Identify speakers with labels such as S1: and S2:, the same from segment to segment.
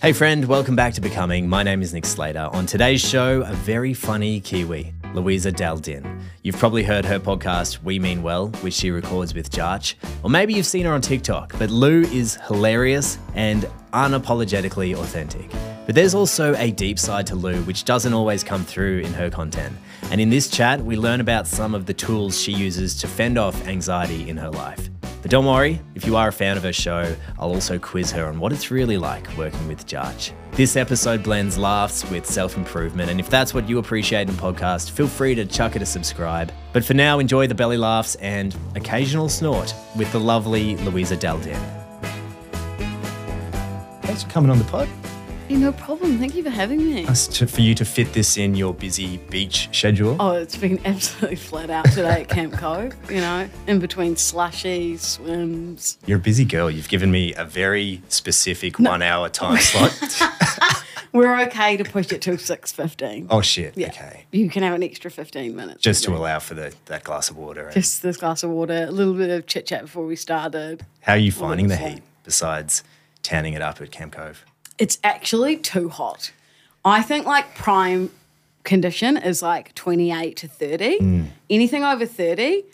S1: Hey, friend, welcome back to Becoming. My name is Nick Slater. On today's show, a very funny Kiwi, Louisa Daldin. You've probably heard her podcast, We Mean Well, which she records with Jarch, or maybe you've seen her on TikTok, but Lou is hilarious and unapologetically authentic. But there's also a deep side to Lou, which doesn't always come through in her content. And in this chat, we learn about some of the tools she uses to fend off anxiety in her life. But don't worry, if you are a fan of her show, I'll also quiz her on what it's really like working with Jarch. This episode blends laughs with self improvement, and if that's what you appreciate in podcasts, feel free to chuck it a subscribe. But for now, enjoy the belly laughs and occasional snort with the lovely Louisa Daldin. Thanks for coming on the pod.
S2: Hey, no problem. Thank you for having me.
S1: Nice to, for you to fit this in your busy beach schedule.
S2: Oh, it's been absolutely flat out today at Camp Cove, you know, in between slushy, swims.
S1: You're a busy girl. You've given me a very specific one hour time slot.
S2: We're okay to push it to 6.15.
S1: oh, shit.
S2: Yeah.
S1: Okay.
S2: You can have an extra 15 minutes.
S1: just to allow for the, that glass of water. And
S2: Just this glass of water, a little bit of chit chat before we started.
S1: How are you finding the
S2: Well,
S1: heat besides tanning it up at Camp Cove?
S2: It's actually too hot. I think like prime condition is like 28 to 30.
S1: Mm.
S2: Anything over 30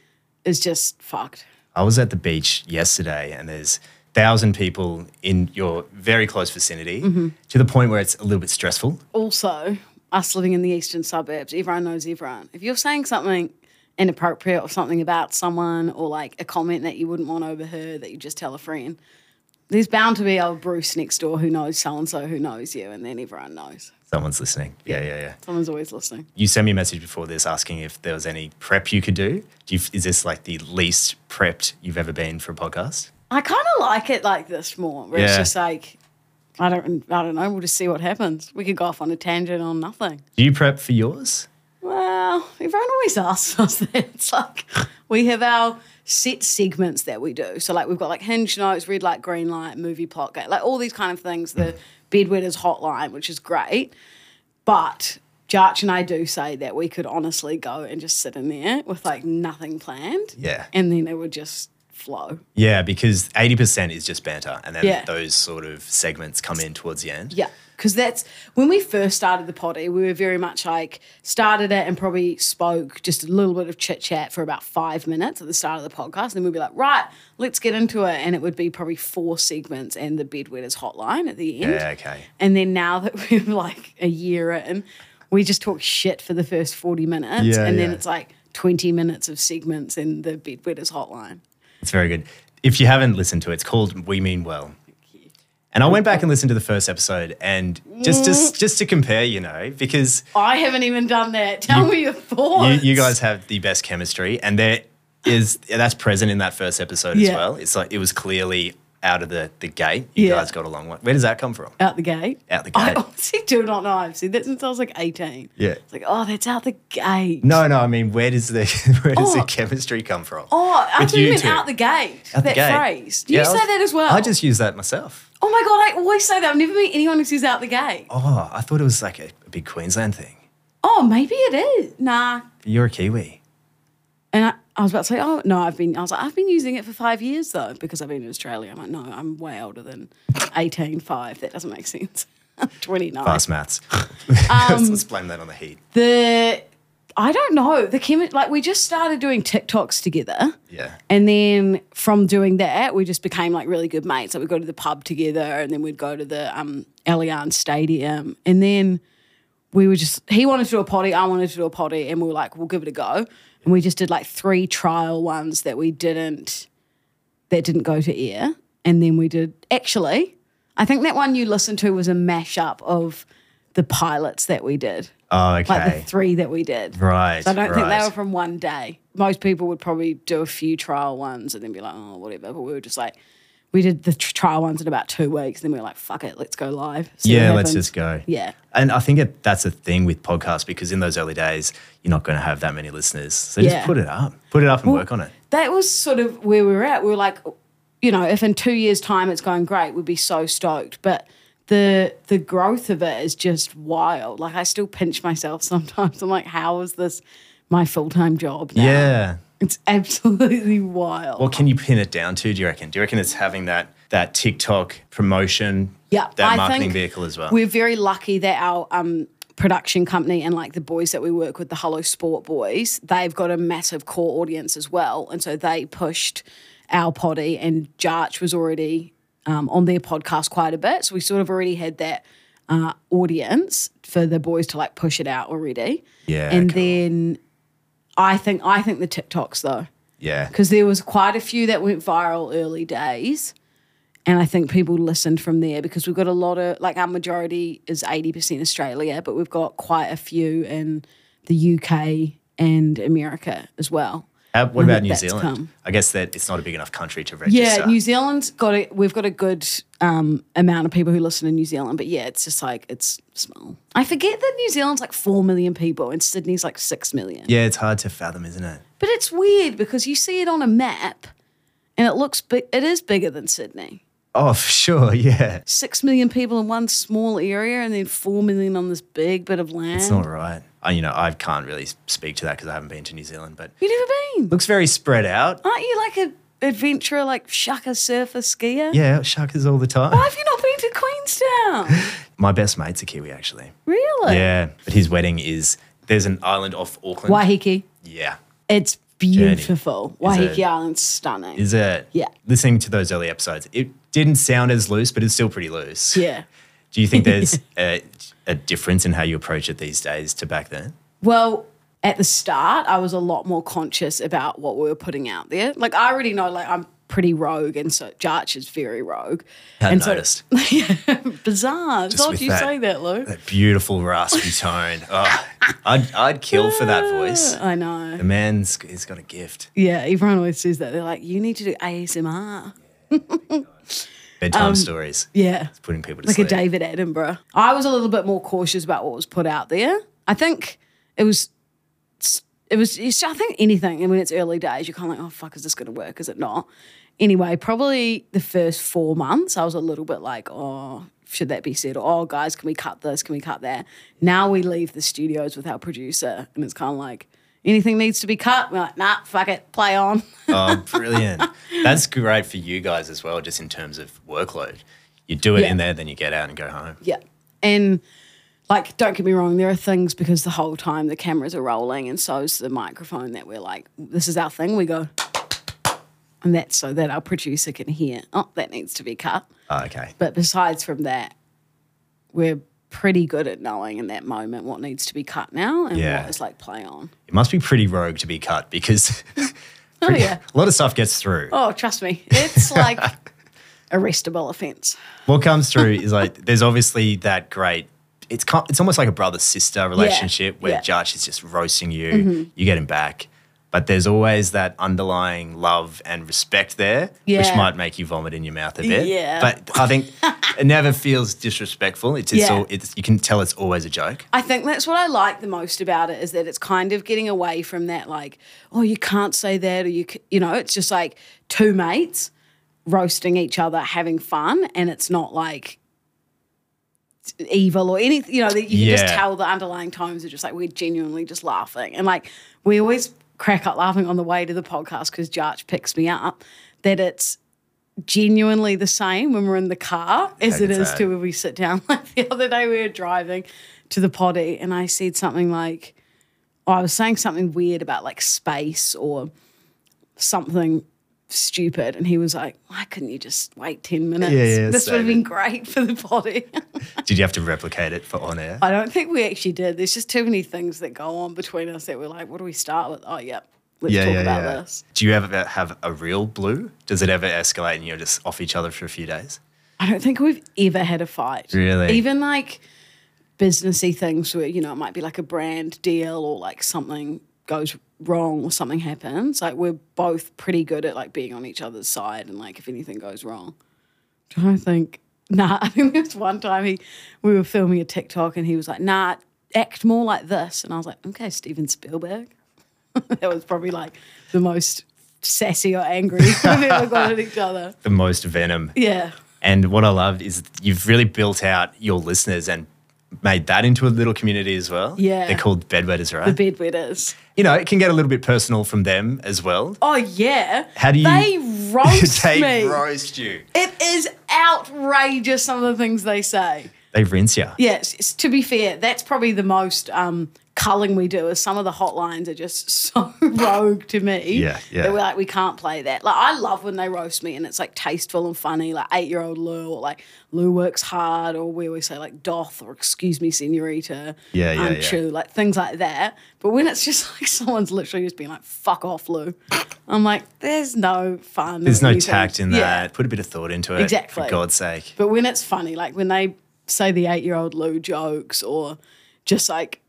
S2: is just fucked.
S1: I was at the beach yesterday and there's thousand people in your very close vicinity
S2: Mm-hmm.
S1: to the point where it's a little bit stressful.
S2: also us living in the eastern suburbs, everyone knows everyone. If you're saying something inappropriate or something about someone or like a comment that you wouldn't want overheard that you just tell a friend, there's bound to be old Bruce next door who knows so and so who knows you, and then everyone knows.
S1: Someone's listening. Yeah, yeah, yeah.
S2: Someone's always listening.
S1: You sent me a message before this asking if there was any prep you could do. do you, is this like the least prepped you've ever been for a podcast?
S2: I kind of like it like this more, where it's
S1: Yeah.
S2: just like, I don't, I don't know. We'll just see what happens. We could go off on a tangent on nothing.
S1: Do you prep for yours?
S2: Well, everyone always asks us that. It's like we have our set segments that we do. So like we've got like hinge notes, red light, green light, movie plot, gate, like all these kind of things. The bedwetters hotline, which is great, but Jarch and I do say that we could honestly go and just sit in there with like nothing planned.
S1: Yeah.
S2: and then it would just flow.
S1: Yeah, because 80% is just banter and then
S2: Yeah.
S1: those sort of segments come in towards the end.
S2: Yeah, because that's when we first started the potty. We were very much like started it and probably spoke just a little bit of chit chat for about five minutes at the start of the podcast. Then we'd be like, right, let's get into it, and it would be probably four segments and the bedwetters hotline at the end.
S1: Yeah, okay.
S2: And then now that we're like a year in, we just talk shit for the first forty minutes,
S1: Yeah,
S2: and then
S1: yeah.
S2: it's like twenty minutes of segments and the bedwetters hotline.
S1: It's very good. If you haven't listened to it, it's called We Mean Well. And I went back and listened to the first episode and just just
S2: Mm.
S1: just to compare, you know, because
S2: I haven't even done that. Tell me your
S1: you,
S2: thoughts.
S1: you guys have the best chemistry and there is that's present in that first episode as
S2: Yeah.
S1: well. It's like it was clearly out of the, the gate. You
S2: Yeah.
S1: guys got along well. Where does that come from?
S2: Out the gate.
S1: Out the
S2: I
S1: gate.
S2: honestly do not know. I've seen that since I was like 18.
S1: Yeah.
S2: It's like, oh, that's out the gate.
S1: No, no, I mean where does the where does the
S2: Oh.
S1: chemistry come from?
S2: Oh, I
S1: With
S2: thought you
S1: you
S2: meant
S1: two.
S2: out the gate.
S1: Out the
S2: that
S1: gate.
S2: phrase. Do
S1: Yeah,
S2: you
S1: I
S2: say
S1: was-
S2: that as well?
S1: I just use that myself.
S2: Oh my God, I always say that. I've never met anyone who says out the gate. Oh,
S1: Oh, I thought it was like a, a big Queensland thing.
S2: maybe it is. Nah.
S1: You're a Kiwi.
S2: And I, I was about to say, oh, no, I've been, I was like, I've been using it for five years though, because I've been in Australia. I'm like, no, I'm way older than 18, five. That doesn't make sense. I'm 29.
S1: Fast maths.
S2: Um,
S1: Let's let's blame that on the heat.
S2: The, I don't know. The chemi- like, we just started doing TikToks together.
S1: Yeah.
S2: And then from doing that, we just became like really good mates. Like we'd go to the pub together and then we'd go to the um, Allianz Stadium. And then we were just, he wanted to do a potty, I wanted to do a potty. And we were like, we'll give it a go. And we just did like three trial ones that we didn't, that didn't go to air. And then we did, actually, I think that one you listened to was a mashup of the pilots that we did.
S1: Oh, okay.
S2: Like the three that we did.
S1: Right.
S2: So I don't think
S1: right.
S2: they were from one day. Most people would probably do a few trial ones and then be like, oh, whatever. But we were just like, we did the tr- trial ones in about two weeks. Then we were like, fuck it, let's go live. see what
S1: yeah, let's
S2: happens.
S1: just go.
S2: Yeah.
S1: And I think it, that's a thing with podcasts because in those early days, you're not going to have that many listeners. So
S2: Yeah.
S1: just put it up. Put it up and work on it.
S2: That was sort of where we were at. We were like, you know, if in two years' time it's going great, we'd be so stoked. But the the growth of it is just wild. Like I still pinch myself sometimes. I'm like, how is this my full time job? Now?
S1: Yeah.
S2: It's absolutely wild.
S1: What can you pin it down to, do you reckon? Do you reckon it's having that that TikTok promotion
S2: Yeah,
S1: that
S2: I
S1: marketing
S2: think
S1: vehicle as well.
S2: We're very lucky that our um, production company and like the boys that we work with, the Hello Sport boys, they've got a massive core audience as well, and so they pushed our potty, and Jarch was already um, on their podcast quite a bit, so we sort of already had that uh, audience for the boys to like push it out already.
S1: Yeah,
S2: and
S1: cool.
S2: then I think I think the TikToks though
S1: yeah,
S2: because there was quite a few that went viral early days and i think people listened from there because we've got a lot of like our majority is 80% australia but we've got quite a few in the uk and america as well
S1: How, what
S2: I
S1: about
S2: think
S1: New
S2: that's
S1: Zealand?
S2: come.
S1: I guess that it's not a big enough country to register.
S2: yeah new zealand's got a we've got a good um, amount of people who listen in new zealand but yeah it's just like it's small i forget that new zealand's like 4 million people and sydney's like 6 million
S1: yeah, it's hard to fathom, isn't it?
S2: But it's weird because you see it on a map and it looks big, it is bigger than Sydney.
S1: Oh, for sure. Yeah,
S2: Six million people in one small area and then four million on this big bit of land.
S1: it's not right. I, you know, I can't really speak to that because I haven't been to New Zealand, but
S2: You've never been.
S1: looks very spread out.
S2: Aren't you like an adventurer, like shaka surfer skier?
S1: Yeah, sharkers all the time.
S2: Why have you not been to Queenstown?
S1: My best mate's a Kiwi, actually.
S2: really?
S1: Yeah, but his wedding is there's an island off Auckland.
S2: Waiheke.
S1: Yeah,
S2: It's beautiful.
S1: Is
S2: Waiheke
S1: it-
S2: Island's stunning.
S1: is it?
S2: Yeah.
S1: Listening to those early episodes, it didn't sound as loose, but it's still pretty loose.
S2: yeah.
S1: Do you think there's a, a difference in how you approach it these days to back then?
S2: Well, at the start, I was a lot more conscious about what we were putting out there. Like I already know, like I'm pretty rogue, and so Jarch is very rogue.
S1: I
S2: and
S1: noticed
S2: So, bizarre. Just
S1: with
S2: you
S1: that-
S2: say that, Lou.
S1: that beautiful raspy tone. Oh, I'd, I'd kill for that voice.
S2: I know.
S1: The man's he's got a gift.
S2: Yeah, everyone always says that. They're like, you need to do ASMR.
S1: Bedtime stories,
S2: Yeah.
S1: putting people to
S2: Um, like
S1: sleep.
S2: a David Attenborough. I was a little bit more cautious about what was put out there. I think it was, it was. it's- I think anything, and when it's early days, you're kind of like, oh fuck, is this going to work? Is it not? Anyway, probably the first four months, I was a little bit like, oh, should that be said? Or, oh, guys, can we cut this? Can we cut that? Now we leave the studios with our producer, and it's kind of like anything needs to be cut. We're like, nah, fuck it, play on.
S1: Oh, brilliant! That's great for you guys as well, just in terms of workload. You do it
S2: Yeah.
S1: in there, then you get out and go home.
S2: Yeah. And like, don't get me wrong, there are things because the whole time the cameras are rolling and so's the microphone that we're like, this is our thing. We go, and that's so that our producer can hear, oh, that needs to be cut.
S1: Oh, okay.
S2: But besides from that, we're pretty good at knowing in that moment what needs to be cut now and
S1: Yeah.
S2: what is like play on.
S1: It must be pretty rogue to be cut because
S2: Oh, yeah.
S1: a lot of stuff gets through.
S2: Oh, trust me. It's like arrestable offense.
S1: What comes through is like there's obviously that great. It's co- it's almost like a brother sister relationship where
S2: yeah. Mm-hmm.
S1: Josh is just roasting you, you get him back, but there's always that underlying love and respect there, which
S2: Yeah.
S1: might make you vomit in your mouth a bit.
S2: Yeah.
S1: but I think it never feels disrespectful. It's, it's
S2: Yeah.
S1: all it's you can tell it's always a joke.
S2: I think that's what I like the most about it is that it's kind of getting away from that, like, oh, you can't say that, or you, c- you know, it's just like two mates roasting each other, having fun, and it's not like evil or anything, you know, that you can just
S1: Yeah.
S2: tell the underlying tones are just like, we're genuinely just laughing. And like, we always crack up laughing on the way to the podcast because Jarch picks me up that it's genuinely the same when we're in the car as it
S1: can
S2: is
S1: say.
S2: to when we sit down. Like the other day, we were driving to the potty, and I said something like, oh, I was saying something weird about like space or something stupid. And he was like, why couldn't you just wait 10 minutes?
S1: Yeah, yeah,
S2: this would have
S1: save
S2: been
S1: it."
S2: great for the potty.
S1: Did you have to replicate it for on air?
S2: I don't think we actually did. There's just too many things that go on between us that we're like, what do we start with? Oh, yep. Let's talk about this.
S1: Do you ever have a real blue? Does it ever escalate and you're just off each other for a few days?
S2: I don't think we've ever had a fight.
S1: Really?
S2: Even like businessy things where, you know, it might be like a brand deal or like something goes wrong or something happens. Like we're both pretty good at like being on each other's side and like if anything goes wrong. I don't think nah, I think there was one time he we were filming a TikTok and he was like, nah, act more like this. And I was like, okay, Steven Spielberg. that was probably like the most sassy or angry we've ever got at each other.
S1: The most venom
S2: Yeah.
S1: And what I love is you've really built out your listeners and made that into a little community as well.
S2: Yeah.
S1: They're called bedwetters, right?
S2: The bedwetters.
S1: you know, it can get a little bit personal from them as well.
S2: Oh yeah.
S1: How do you-
S2: They roast
S1: they
S2: me.
S1: roast you.
S2: It is outrageous some of the things they say.
S1: They rinse you.
S2: Yes, it's- to be fair, that's probably the most um, culling we do. Is some of the hotlines are just so rogue to me.
S1: Yeah, yeah.
S2: That we're like, we can't play that. Like, I love when they roast me, and it's like tasteful and funny, like eight year old Lou, or like Lou works hard, or we always say like doth, or excuse me, senorita.
S1: Yeah, yeah,
S2: I'm
S1: yeah.
S2: chew, like things like that. But when it's just like someone's literally just being like, fuck off, Lou. I'm like, there's no fun.
S1: There's
S2: or
S1: no
S2: anything.
S1: tact in
S2: Yeah.
S1: that. Put a bit of thought into it.
S2: Exactly.
S1: For God's sake.
S2: But when it's funny, like when they say the eight year old Lou jokes or just like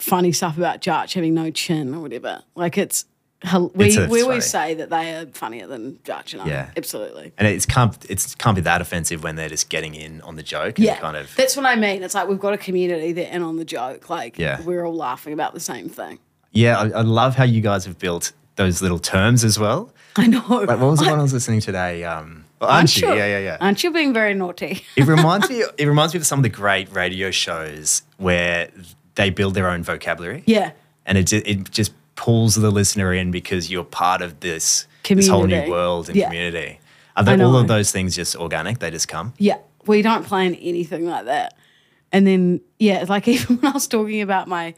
S2: funny stuff about Jarch having no chin or whatever, like it's. hel- We,
S1: It's- it's
S2: we always
S1: funny.
S2: say that they are funnier than Jarch and I.
S1: Yeah.
S2: Absolutely.
S1: And it's can't it's can't be that offensive when they're just getting in on the joke and
S2: Yeah.
S1: kind of
S2: That's what I mean. It's like we've got a community that in on the joke. Like
S1: Yeah.
S2: we're all laughing about the same thing.
S1: Yeah, I, I love how you guys have built those little terms as well.
S2: I know.
S1: Like what was the one I was listening today? Um well, aren't, you? Yeah, yeah, yeah.
S2: Aren't you being very naughty?
S1: it reminds me it reminds me of some of the great radio shows where they build their own vocabulary.
S2: yeah.
S1: and it just, it just pulls the listener in because you're part of this this whole new
S2: Community.
S1: world and
S2: Yeah.
S1: community. Are they,
S2: I
S1: all of
S2: know.
S1: those things just organic? They just come.
S2: Yeah, we don't plan anything like that. And then, yeah, like even when I was talking about my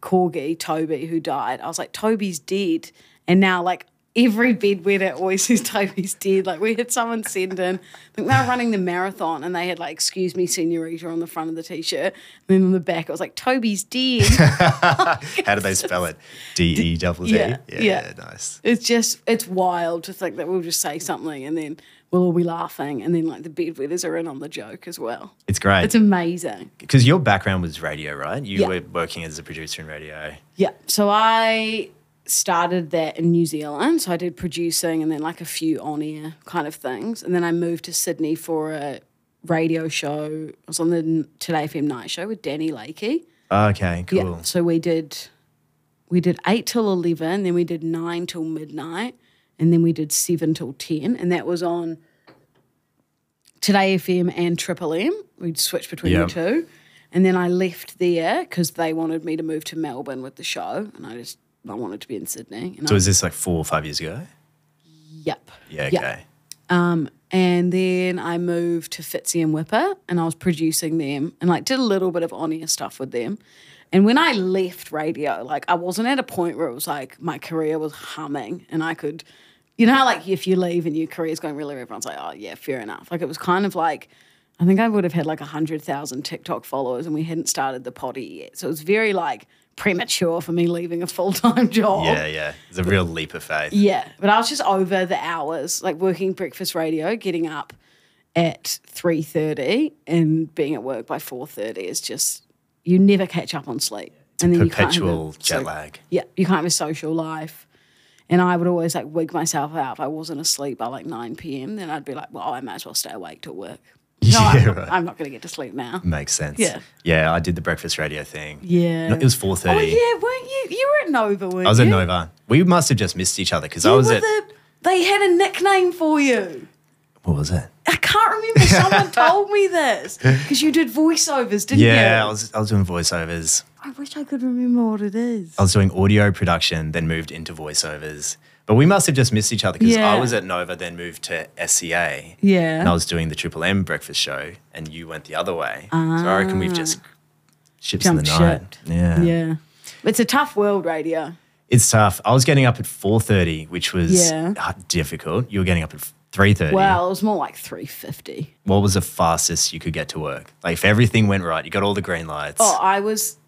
S2: corgi, Toby, who died, I was like, Toby's dead. And now, like, every bedwetter always says Toby's dead. Like, we had someone send in, I think they were running the marathon and they had, like, excuse me, senorita on the front of the t shirt. And then on the back, it was like, Toby's dead.
S1: How do they spell it? D E double D.
S2: Yeah,
S1: Yeah,
S2: yeah.
S1: nice.
S2: It's just it's wild to think that we'll just say something and then we'll all be laughing and then like the bedwetters are in on the joke as well.
S1: It's great.
S2: It's amazing.
S1: Because your background was radio, right? You
S2: Yeah.
S1: were working as a producer in radio.
S2: Yeah. So I started that in New Zealand. So I did producing and then like a few on air kind of things. And then I moved to Sydney for a radio show. I was on the N- Today FM night show with Danny Lakey.
S1: Okay, cool.
S2: Yeah. So we did we did eight till eleven, then we did nine till midnight, and then we did seven till ten, and that was on Today FM and Triple M. We'd switch between
S1: Yeah.
S2: the two, and then I left there because they wanted me to move to Melbourne with the show, and I just I wanted to be in Sydney. And
S1: So
S2: I,
S1: was this like four or five years ago?
S2: yep.
S1: Yeah, okay.
S2: Yep. And then I moved to Fitzy and Whipper and I was producing them and like did a little bit of on air stuff with them. And when I left radio, like I wasn't at a point where it was like my career was humming and I could, you know, how, like if you leave and your career's going really, everyone's like, oh, yeah, fair enough. Like it was kind of like, I think I would have had like 100,000 TikTok followers and we hadn't started the potty yet. So it was very like premature for me leaving a full time job.
S1: Yeah, yeah. It's a real leap of faith.
S2: Yeah, but I was just over the hours, like working breakfast radio, getting up at three thirty and being at work by four thirty is just you never catch up on sleep, and
S1: Perpetual
S2: you can't have a-
S1: jet lag.
S2: Yeah, you can't have a social life. And I would always like wig myself out if I wasn't asleep by like nine p.m. Then I'd be like, well, I might as well stay awake till work. No,
S1: Yeah,
S2: I'm, not-
S1: right.
S2: I'm not going to get to sleep now.
S1: Makes sense.
S2: Yeah.
S1: Yeah, I did the breakfast radio thing.
S2: Yeah.
S1: No, It was 4.30.
S2: Oh yeah, weren't you? You were at Nova, weren't you?
S1: I was at Nova. We must have just missed each other because I
S2: You
S1: was
S2: were
S1: at
S2: the- they had a nickname for you.
S1: what was it?
S2: I can't remember. Someone told me this because you did voiceovers, didn't you?
S1: Yeah, I was I was doing voiceovers.
S2: I wish I could remember what it is.
S1: I was doing audio production, then moved into voiceovers. But we must have just missed each other because I
S2: Yeah. Oh.
S1: was at Nova, then moved to SEA.
S2: Yeah.
S1: And I was doing the Triple M breakfast show, and you went the other way. So I reckon we've just ships in the
S2: Ah. Jumped
S1: night. Yeah.
S2: ship. yeah. It's a tough world, radio.
S1: It's tough. I was getting up at 4.30, which was
S2: Yeah.
S1: uh, difficult. You were getting up at 3.30.
S2: Well, it was more like 350.
S1: What was the fastest you could get to work? Like if everything went right, you got all the green lights.
S2: Oh, I was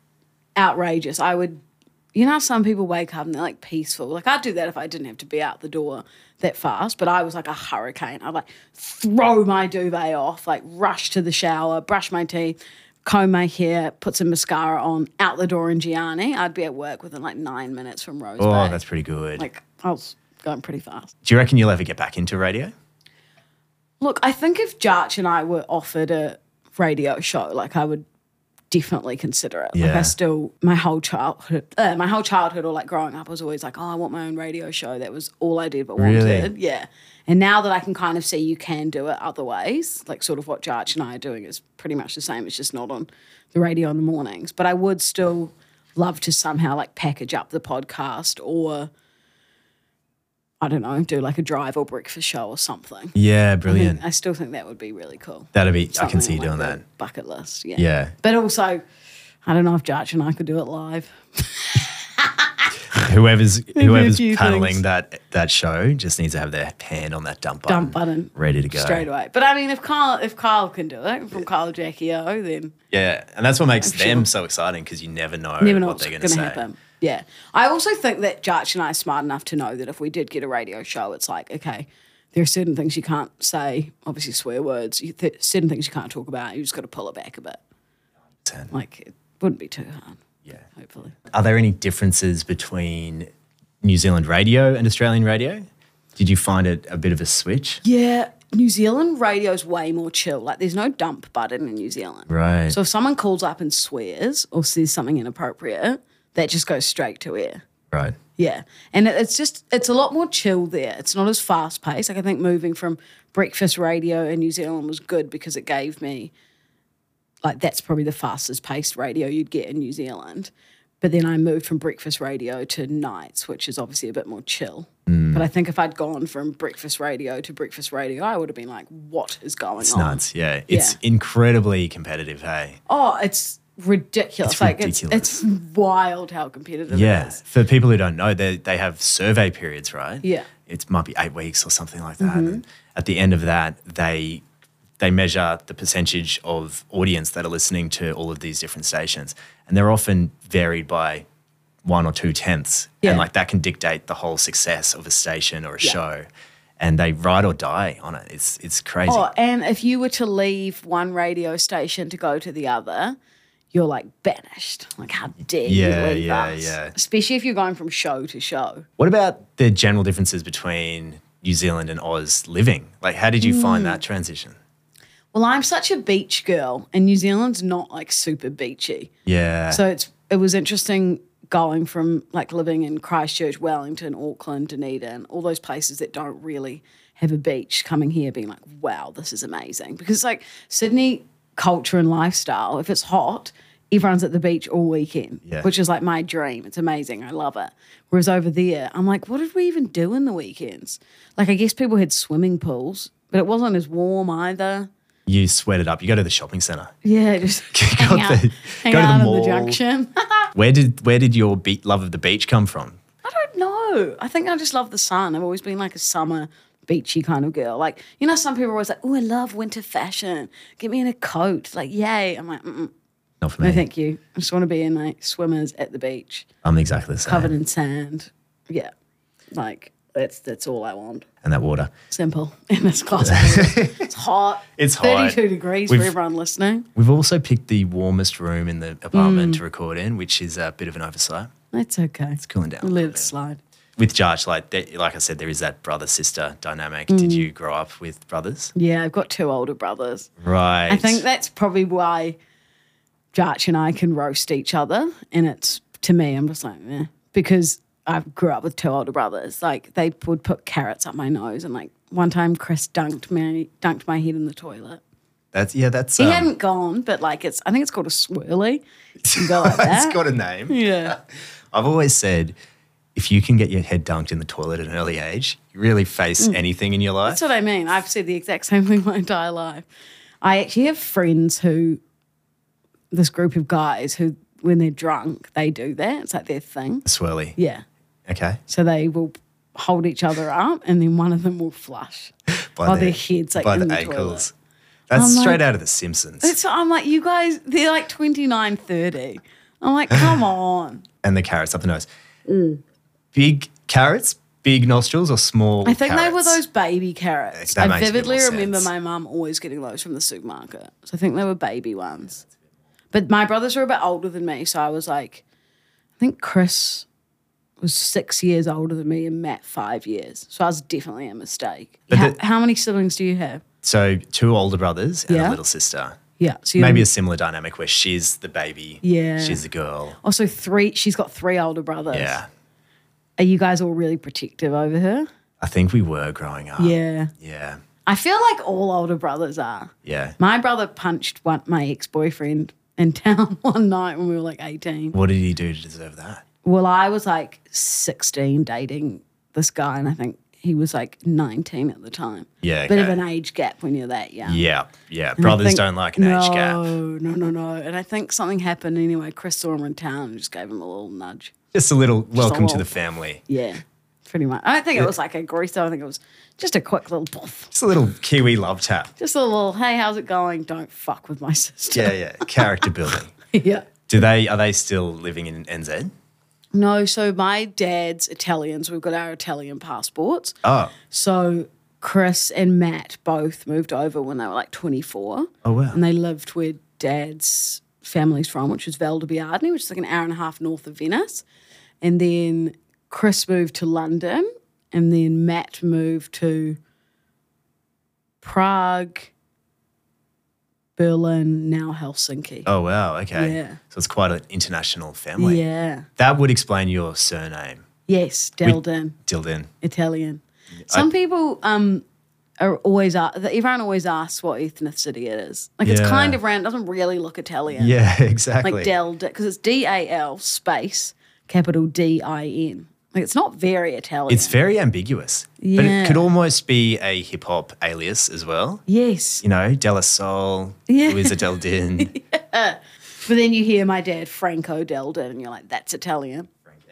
S2: outrageous. I would, you know, how some people wake up and they're like peaceful. Like I'd do that if I didn't have to be out the door that fast. But I was like a hurricane. I'd like throw my duvet off, like rush to the shower, brush my teeth, comb my hair, put some mascara on, out the door in Gianni. I'd be at work within like nine minutes from Rose
S1: Oh,
S2: Bay.
S1: that's pretty good.
S2: like I was going pretty fast.
S1: Do you reckon you'll ever get back into radio?
S2: Look, I think if Jarch and I were offered a radio show, like I would definitely consider it. Like
S1: Yeah.
S2: I still, my whole childhood, uh, my whole childhood or like growing up, I was always like, oh, I want my own radio show. That was all I did, but
S1: Really?
S2: wanted. Yeah. And now that I can kind of see you can do it other ways, like sort of what Jarch and I are doing is pretty much the same. It's just not on the radio in the mornings, but I would still love to somehow like package up the podcast or I don't know, do like a drive or breakfast show or something.
S1: Yeah,
S2: I
S1: brilliant.
S2: think- I still think that would be really cool.
S1: That'd be. I can
S2: Mm-hmm. Something
S1: see you
S2: on,
S1: doing
S2: like,
S1: that.
S2: the Bucket list, yeah.
S1: Yeah.
S2: But also, I don't know if Jarch and I could do it live.
S1: Whoever's whoever's
S2: few
S1: paneling
S2: things.
S1: that that show just needs to have their hand on that dump button,
S2: Dump button.
S1: ready to go.
S2: Straight away. But I mean, if Kyle if Kyle can do it from Kyle Jackie O, then
S1: Yeah, and that's what makes them so exciting because you never know,
S2: never know
S1: what
S2: what's
S1: they're
S2: going
S1: going to
S2: to
S1: say.
S2: happen. Yeah. I also think that Jarch and I are smart enough to know that if we did get a radio show, it's like, okay, there are certain things you can't say, obviously swear words, you th- certain things you can't talk about. You just got to pull it back a bit.
S1: Ten.
S2: Like, it wouldn't be too hard,
S1: Yeah.
S2: hopefully.
S1: Are there any differences between New Zealand radio and Australian radio? Did you find it a bit of a switch?
S2: Yeah, New Zealand radio's way more chill. Like there's no dump button in New Zealand.
S1: Right.
S2: So if someone calls up and swears or says something inappropriate, that just goes straight to air.
S1: Right.
S2: Yeah. And it- it's just it's a lot more chill there. It's not as fast paced. Like I think moving from breakfast radio in New Zealand was good because it gave me like that's probably the fastest paced radio you'd get in New Zealand. But then I moved from breakfast radio to nights, which is obviously a bit more chill.
S1: Mm.
S2: But I think if I'd gone from breakfast radio to breakfast radio, I would have been like, what is going
S1: It's
S2: on?
S1: nuts. Yeah. It's
S2: Oh. Yeah.
S1: incredibly competitive. Hey.
S2: Oh, it's ridiculous.
S1: It's
S2: like
S1: ridiculous.
S2: It's, it's wild how competitive
S1: Yeah.
S2: it is.
S1: For people who don't know, they they have survey periods, right?
S2: Yeah. Mm-hmm.
S1: It might be eight weeks or something like that. And at the end of that, they they measure the percentage of audience that are listening to all of these different stations, and they're often varied by one or two tenths,
S2: Yeah.
S1: and like that can dictate the whole success of a station or a
S2: Yeah.
S1: show. And they ride or die on it. It's it's crazy.
S2: Oh, and if you were to leave one radio station to go to the other, you're like banished. Like, how dare
S1: Yeah,
S2: you leave
S1: yeah,
S2: us?
S1: yeah.
S2: Especially if you're going from show to show.
S1: What about the general differences between New Zealand and Oz living? Like, how did you
S2: Mm.
S1: find that transition?
S2: Well, I'm such a beach girl, and New Zealand's not like super beachy.
S1: Yeah.
S2: So it's it was interesting going from like living in Christchurch, Wellington, Auckland, Dunedin, all those places that don't really have a beach, coming here being like, wow, this is amazing. Because like Sydney culture and lifestyle, if it's hot, everyone's at the beach all weekend,
S1: Yeah.
S2: which is like my dream. It's amazing. I love it. Whereas over there, I'm like, what did we even do in the weekends? Like I guess people had swimming pools, but it wasn't as warm either.
S1: you sweat it up. You go to the shopping center.
S2: Yeah, just
S1: Got
S2: hang out,
S1: the- go to
S2: hang
S1: the
S2: out on
S1: mall.
S2: the junction.
S1: Where did where did your be- love of the beach come from?
S2: don't know. I think I just love the sun. I've always been like a summer beachy kind of girl. Like, you know, some people are always like, oh, I love winter fashion. Get me in a coat. Like, yay. I'm like, Mm-mm,
S1: Not for
S2: no,
S1: me.
S2: thank you. I just want to be in like swimmers at the beach,
S1: I'm exactly the same.
S2: covered in sand. Yeah. Like, that's that's all I want.
S1: And that water.
S2: Simple in this closet. it's hot.
S1: It's hot.
S2: 32 degrees
S1: We've-
S2: for everyone listening.
S1: We've also picked the warmest room in the
S2: Mm.
S1: apartment to record in, which is a bit of an oversight.
S2: That's okay. It's
S1: Cooling down. a
S2: Let
S1: little
S2: it slide.
S1: bit. With Jarch, like there- like I said, there is that brother sister dynamic. Did
S2: Mm.
S1: you grow up with brothers?
S2: Yeah, I've got two older brothers.
S1: Right.
S2: I think that's probably why Jarch and I can roast each other. And it's to me, I'm just like, eh. Because I grew up with two older brothers. Like they would put carrots up my nose and like one time Chris dunked me dunked my head in the toilet.
S1: that's yeah. That's
S2: He
S1: um,
S2: hadn't gone, but like it's I think it's called a swirly. You go like that.
S1: it's got a name.
S2: yeah.
S1: I've always said, if you can get your head dunked in the toilet at an early age, you really face anything in your life.
S2: Mm. That's what I mean. I've said the exact same thing my entire life. I actually have friends who, this group of guys who, when they're drunk, they do that. It's like their thing.
S1: Swirly.
S2: Yeah.
S1: Okay.
S2: So they will hold each other up and then one of them will flush.
S1: By
S2: While their heads, like,
S1: by
S2: in
S1: the
S2: the
S1: ankles.
S2: toilet.
S1: That's
S2: I'm like-
S1: straight out of The Simpsons.
S2: So I'm like, you guys, they're like 29, 30. I'm like, come on.
S1: and the carrots up the nose.
S2: Mm.
S1: Big carrots, big nostrils, or small?
S2: I think they were
S1: carrots?
S2: those baby carrots.
S1: That
S2: I
S1: makes a bit
S2: vividly
S1: more
S2: remember
S1: sense.
S2: my mum always getting those from the supermarket. So I think they were baby ones. But my brothers were a bit older than me. So I was like, I think Chris was six years older than me and Matt five years. So I was definitely a mistake.
S1: But
S2: how,
S1: the-
S2: how many siblings do you have?
S1: So two older brothers and
S2: Yeah.
S1: a little sister.
S2: Yeah. So you're-
S1: Maybe a similar dynamic where she's the baby,
S2: Yeah.
S1: she's the girl.
S2: also three. She's got three older brothers.
S1: Yeah,
S2: Are you guys all really protective over her?
S1: I think we were growing up.
S2: Yeah.
S1: yeah,
S2: I feel like all older brothers are.
S1: yeah.
S2: My brother punched one, my ex boyfriend in town one night when we were like 18.
S1: What did he do to deserve that?
S2: Well, I was like 16 dating this guy, and I think he was like 19 at the time.
S1: Yeah,
S2: Bit of
S1: okay.
S2: an age gap when you're that young.
S1: Yeah, yeah. Brothers
S2: think-
S1: don't like an age gap.
S2: No, no, no, no. And I think something happened anyway. Chris saw him in town and just gave him a little nudge.
S1: Just a little welcome to
S2: little-
S1: the family.
S2: Yeah, pretty much. I don't think it was like a grease, though. I think it was just a quick little poof.
S1: Just a little Kiwi love tap.
S2: Just a little, hey, how's it going? Don't fuck with my sister.
S1: Yeah, yeah. Character building.
S2: yeah.
S1: Do they are they still living in NZ?
S2: No, so my dad's Italians. We've got our Italian passports.
S1: Oh,
S2: So Chris and Matt both moved over when they were like 24.
S1: Oh, wow.
S2: And they lived where dad's family's from, which was Valdobiardini, which is like an hour and a half north of Venice. And then Chris moved to London, and then Matt moved to Prague, Berlin, now Helsinki.
S1: oh wow. Okay.
S2: Yeah.
S1: So it's quite an international family.
S2: yeah.
S1: That would explain your surname,
S2: Yes, Delden.
S1: Dildin.
S2: Italian. Some people um are always a- everyone always asks what ethnicity it is. Like it's
S1: Yeah.
S2: kind of random. Doesn't really look Italian.
S1: Yeah, exactly.
S2: Like Del because it's D A L space capital D I N. Like it's not very Italian.
S1: It's very ambiguous, but it
S2: Yeah.
S1: could almost be a hip hop alias as well.
S2: yes,
S1: You know, Della Soul,
S2: Yeah.
S1: Luisa Del Din.
S2: but then you hear my dad Franco Delden, and you're like, that's Italian.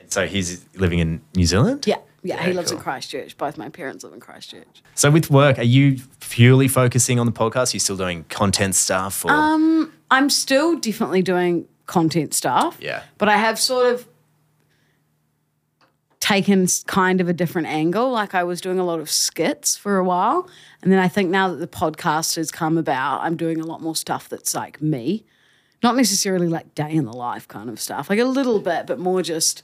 S1: so he's living in New Zealand?
S2: Yeah, yeah.
S1: Yeah,
S2: he lives
S1: cool.
S2: in Christchurch. Both my parents live in Christchurch.
S1: So with work, are you purely focusing on the podcast? Are you still doing content stuff? Or?
S2: Um, I'm still definitely doing content stuff.
S1: Yeah.
S2: But I have sort of taken s- kind of a different angle. Like I was doing a lot of skits for a while. And then I think now that the podcast has come about, I'm doing a lot more stuff that's like me. Not necessarily like day in the life kind of stuff. Like a little bit, but more just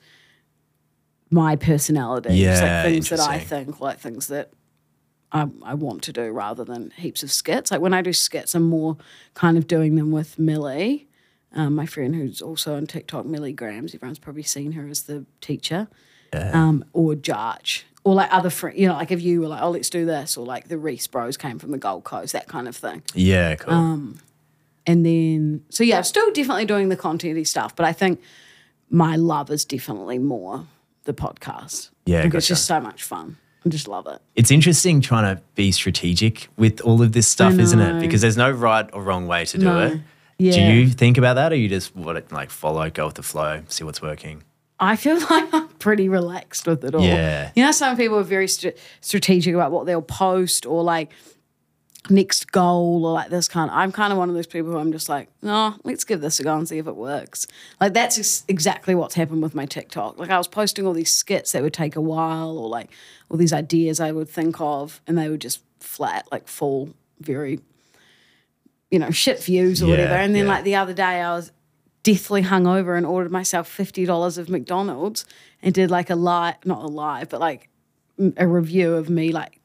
S2: my personality. Just
S1: Yeah,
S2: like things that I
S1: interesting.
S2: think, like things that I, I want to do rather than heaps of skits. Like when I do skits, I'm more kind of doing them with Millie, um, my friend who's also on TikTok, Millie Grams. Everyone's probably seen her as the teacher, um, or Jarch, or like other friends. You know, like if you were like, oh, let's do this, or like the Reese Bros came from the Gold Coast, that kind of thing.
S1: yeah, cool.
S2: um, And then, so yeah, I'm still definitely doing the contenty stuff, but I think my love is definitely more the podcast.
S1: Yeah,
S2: like
S1: gotcha.
S2: it's just so much fun. I just love it.
S1: it's interesting trying to be strategic with all of this stuff, isn't it? Because there's no right or wrong way to do
S2: No.
S1: it. Do
S2: Yeah.
S1: you think about that, or you just what like follow, go with the flow, see what's working?
S2: I feel like I'm pretty relaxed with it all.
S1: Yeah.
S2: You know, some people are very st- strategic about what they'll post or like next goal or like this kind. I'm kind of one of those people who I'm just like, no, let's give this a go and see if it works. Like that's ex- exactly what's happened with my TikTok. Like I was posting all these skits that would take a while or like all these ideas I would think of and they would just flat like fall very you know, shit views or
S1: Yeah,
S2: whatever. And then
S1: yeah.
S2: like the other day I was deathly hungover and ordered myself fifty dollars of McDonald's and did like a live not a live, but like m- a review of me like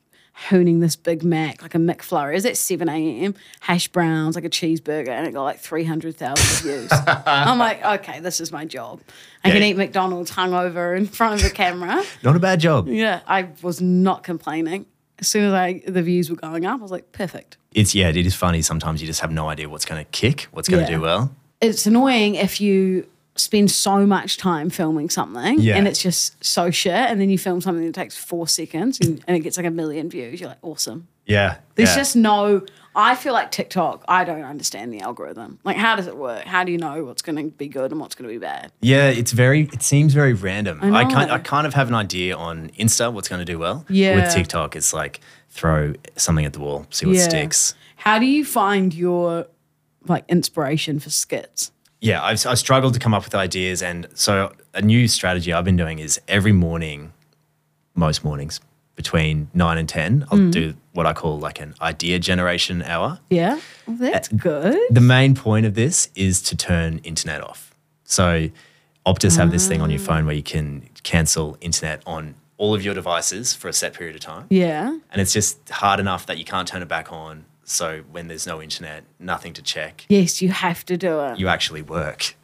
S2: hooning this Big Mac, like a McFlurry. Is at seven AM, hash browns, like a cheeseburger, and it got like three hundred thousand views. I'm like, okay, this is my job. I
S1: Yeah.
S2: can eat McDonald's hungover in front of the camera.
S1: Not a bad job.
S2: yeah. I was not complaining. As soon as I the views were going up, I was like, perfect.
S1: It's yeah, it is funny. Sometimes you just have no idea what's going to kick, what's going to
S2: Yeah.
S1: do well.
S2: it's annoying if you spend so much time filming something
S1: Yeah.
S2: and it's just so shit and then you film something that takes four seconds and, and it gets like a million views you're like awesome
S1: Yeah,
S2: there's
S1: yeah.
S2: just no i feel like tiktok i don't understand the algorithm like how does it work how do you know what's going to be good and what's going to be bad
S1: Yeah, it's very. It seems very random. I, kind
S2: know.
S1: I kind of have an idea on Insta what's going to do well.
S2: Yeah.
S1: With TikTok, it's like throw something at the wall, see what sticks.
S2: how do you find your like inspiration for skits
S1: Yeah, I've, I struggled to come up with ideas, and so a new strategy I've been doing is every morning, most mornings between nine and ten,
S2: Mm.
S1: I'll do what I call like an idea generation hour.
S2: yeah well, that's good
S1: Uh, The main point of this is to turn internet off. So Optus have this thing on your phone where you can cancel internet on all of your devices for a set period of time.
S2: yeah
S1: And it's just hard enough that you can't turn it back on So when there's no internet, nothing to check,
S2: Yes, you have to do it.
S1: you actually work.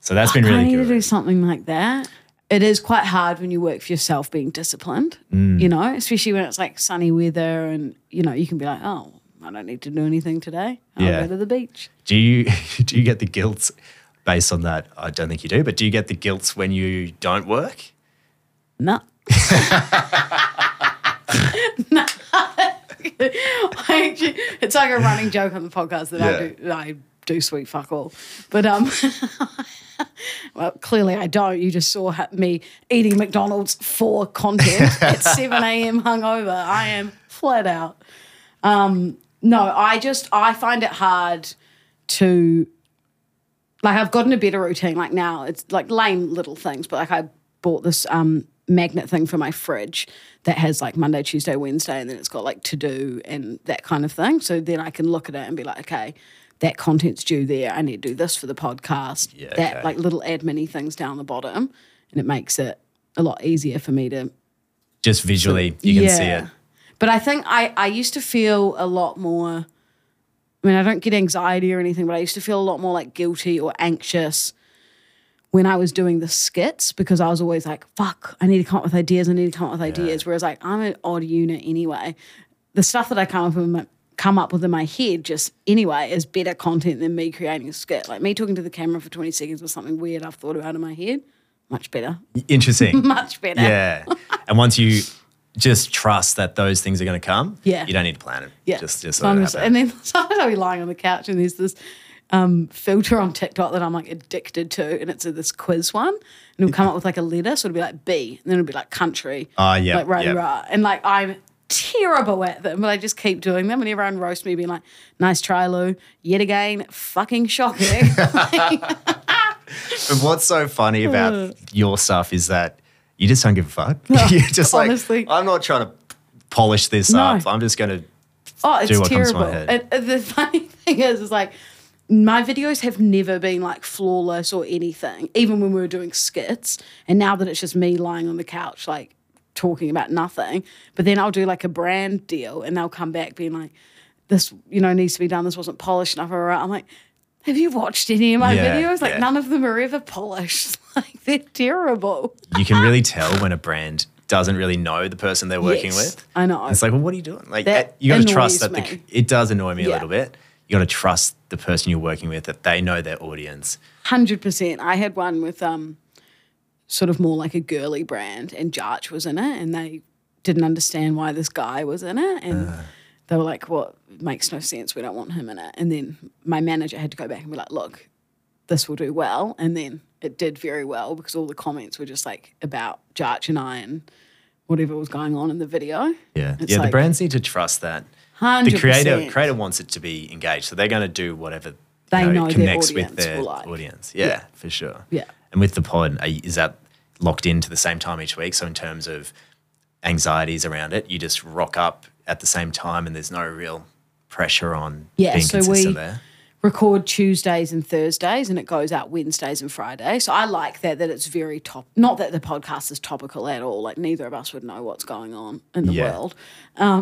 S1: So that's been
S2: I
S1: really
S2: need to do
S1: good.
S2: something like that. It is quite hard when you work for yourself being disciplined,
S1: Mm.
S2: you know, especially when it's like sunny weather and, you know, you can be like, oh, I don't need to do anything today. I'll
S1: Yeah.
S2: go to the beach.
S1: Do you do you get the guilt based on that? I don't think you do, but do you get the guilt when you don't work?
S2: No. No. I actually- it's like a running joke on the podcast that I
S1: Yeah.
S2: do I do sweet fuck all. But um well clearly I don't. You just saw ha- me eating McDonald's for content at 7 a.m. hungover. I am flat out. Um no, I just I find it hard to like I've gotten a better routine. Like now, it's like lame little things, but like I bought this um magnet thing for my fridge that has like Monday, Tuesday, Wednesday, and then it's got like to do and that kind of thing. So then I can look at it and be like, okay, that content's due there. I need to do this for the podcast.
S1: Yeah,
S2: That
S1: okay.
S2: like little admin things down the bottom, and it makes it a lot easier for me to
S1: Just visually, you can see it.
S2: but I think I, I used to feel a lot more. I mean, I don't get anxiety or anything, but I used to feel a lot more like guilty or anxious when I was doing the skits because I was always like, fuck, I need to come up with ideas. I need to come up with ideas. Whereas, like, I'm an odd unit anyway. The stuff that I come up with, in my, come up with in my head, just anyway, is better content than me creating a skit. Like, me talking to the camera for 20 seconds was something weird I've thought about in my head. Much better.
S1: Interesting.
S2: Much better.
S1: Yeah. and once you just trust that those things are going to come,
S2: Yeah.
S1: you don't need to plan it.
S2: Yeah.
S1: Just, just
S2: So I'm
S1: let it
S2: just-
S1: happen.
S2: and then sometimes I'll be lying on the couch and there's this um, filter on TikTok that I'm like addicted to, and it's a, this quiz one, and it'll come up with like a letter, so it'll be like B, and then it'll be like country,
S1: Ah, yeah,
S2: like rah
S1: yeah.
S2: rah, and like I'm terrible at them, but I just keep doing them, and everyone roasts me, being like, "Nice try, Lou," yet again, fucking shocking.
S1: But what's so funny
S2: Uh.
S1: about your stuff is that you just don't give a fuck. You're just like,
S2: honestly.
S1: I'm not trying to polish this
S2: No.
S1: up. I'm just going to.
S2: Oh, it's
S1: do what comes to
S2: terrible.
S1: my head.
S2: And the funny thing is, is like my videos have never been like flawless or anything, even when we were doing skits. And now that it's just me lying on the couch, like talking about nothing, but then I'll do like a brand deal and they'll come back being like, this, you know, needs to be done. This wasn't polished enough. Or I'm like, have you watched any of my
S1: Yeah,
S2: videos? Like
S1: yeah.
S2: none of them are ever polished. Like they're terrible.
S1: You can really tell when a brand doesn't really know the person they're working
S2: Yes,
S1: with.
S2: I know.
S1: It's like, well, what are you doing? Like,
S2: That
S1: you got to trust
S2: annoys
S1: that
S2: me.
S1: the, it does annoy me a
S2: Yeah.
S1: little bit. You got to trust the person you're working with that they know their audience.
S2: Hundred percent. I had one with um, sort of more like a girly brand, and Jarch was in it, and they didn't understand why this guy was in it, and they were like, "What well, it makes no sense? We don't want him in it." And then my manager had to go back and be like, "Look, this will do well," and then it did very well because all the comments were just like about Jarch and I and whatever was going on in the video.
S1: Yeah.
S2: It's
S1: yeah. the
S2: like-
S1: brands need to trust that. The
S2: 100%.
S1: creator creator wants it to be engaged. So they're going to do whatever you
S2: They know their
S1: connects with
S2: audience
S1: their
S2: will like.
S1: audience. Yeah, for sure.
S2: Yeah.
S1: And with the pod, are you- is that locked into the same time each week? So in terms of anxieties around it, you just rock up at the same time and there's no real pressure on
S2: Yeah,
S1: being
S2: so
S1: consistent
S2: we-
S1: there.
S2: record Tuesdays and Thursdays and it goes out Wednesdays and Fridays. So I like that that it's very top not that the podcast is topical at all. Like neither of us would know what's going on in the
S1: Yeah.
S2: world.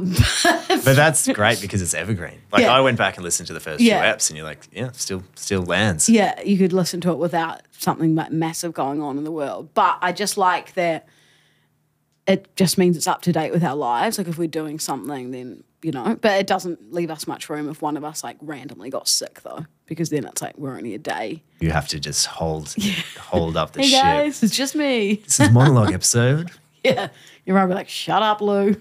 S1: But that's great because it's evergreen. Like
S2: Yeah.
S1: I went back and listened to the first few
S2: Yeah.
S1: apps and you're like, yeah, still still lands.
S2: Yeah, you could listen to it without something like massive going on in the world. But I just like that it just means it's up to date with our lives. Like if we're doing something then you know, but it doesn't leave us much room if one of us like randomly got sick though, because then it's like we're only a day.
S1: You have to just hold hold up the
S2: Hey
S1: ship.
S2: guys, it's just me.
S1: This is monologue episode.
S2: Yeah, you're right. We're like, shut up, Lou.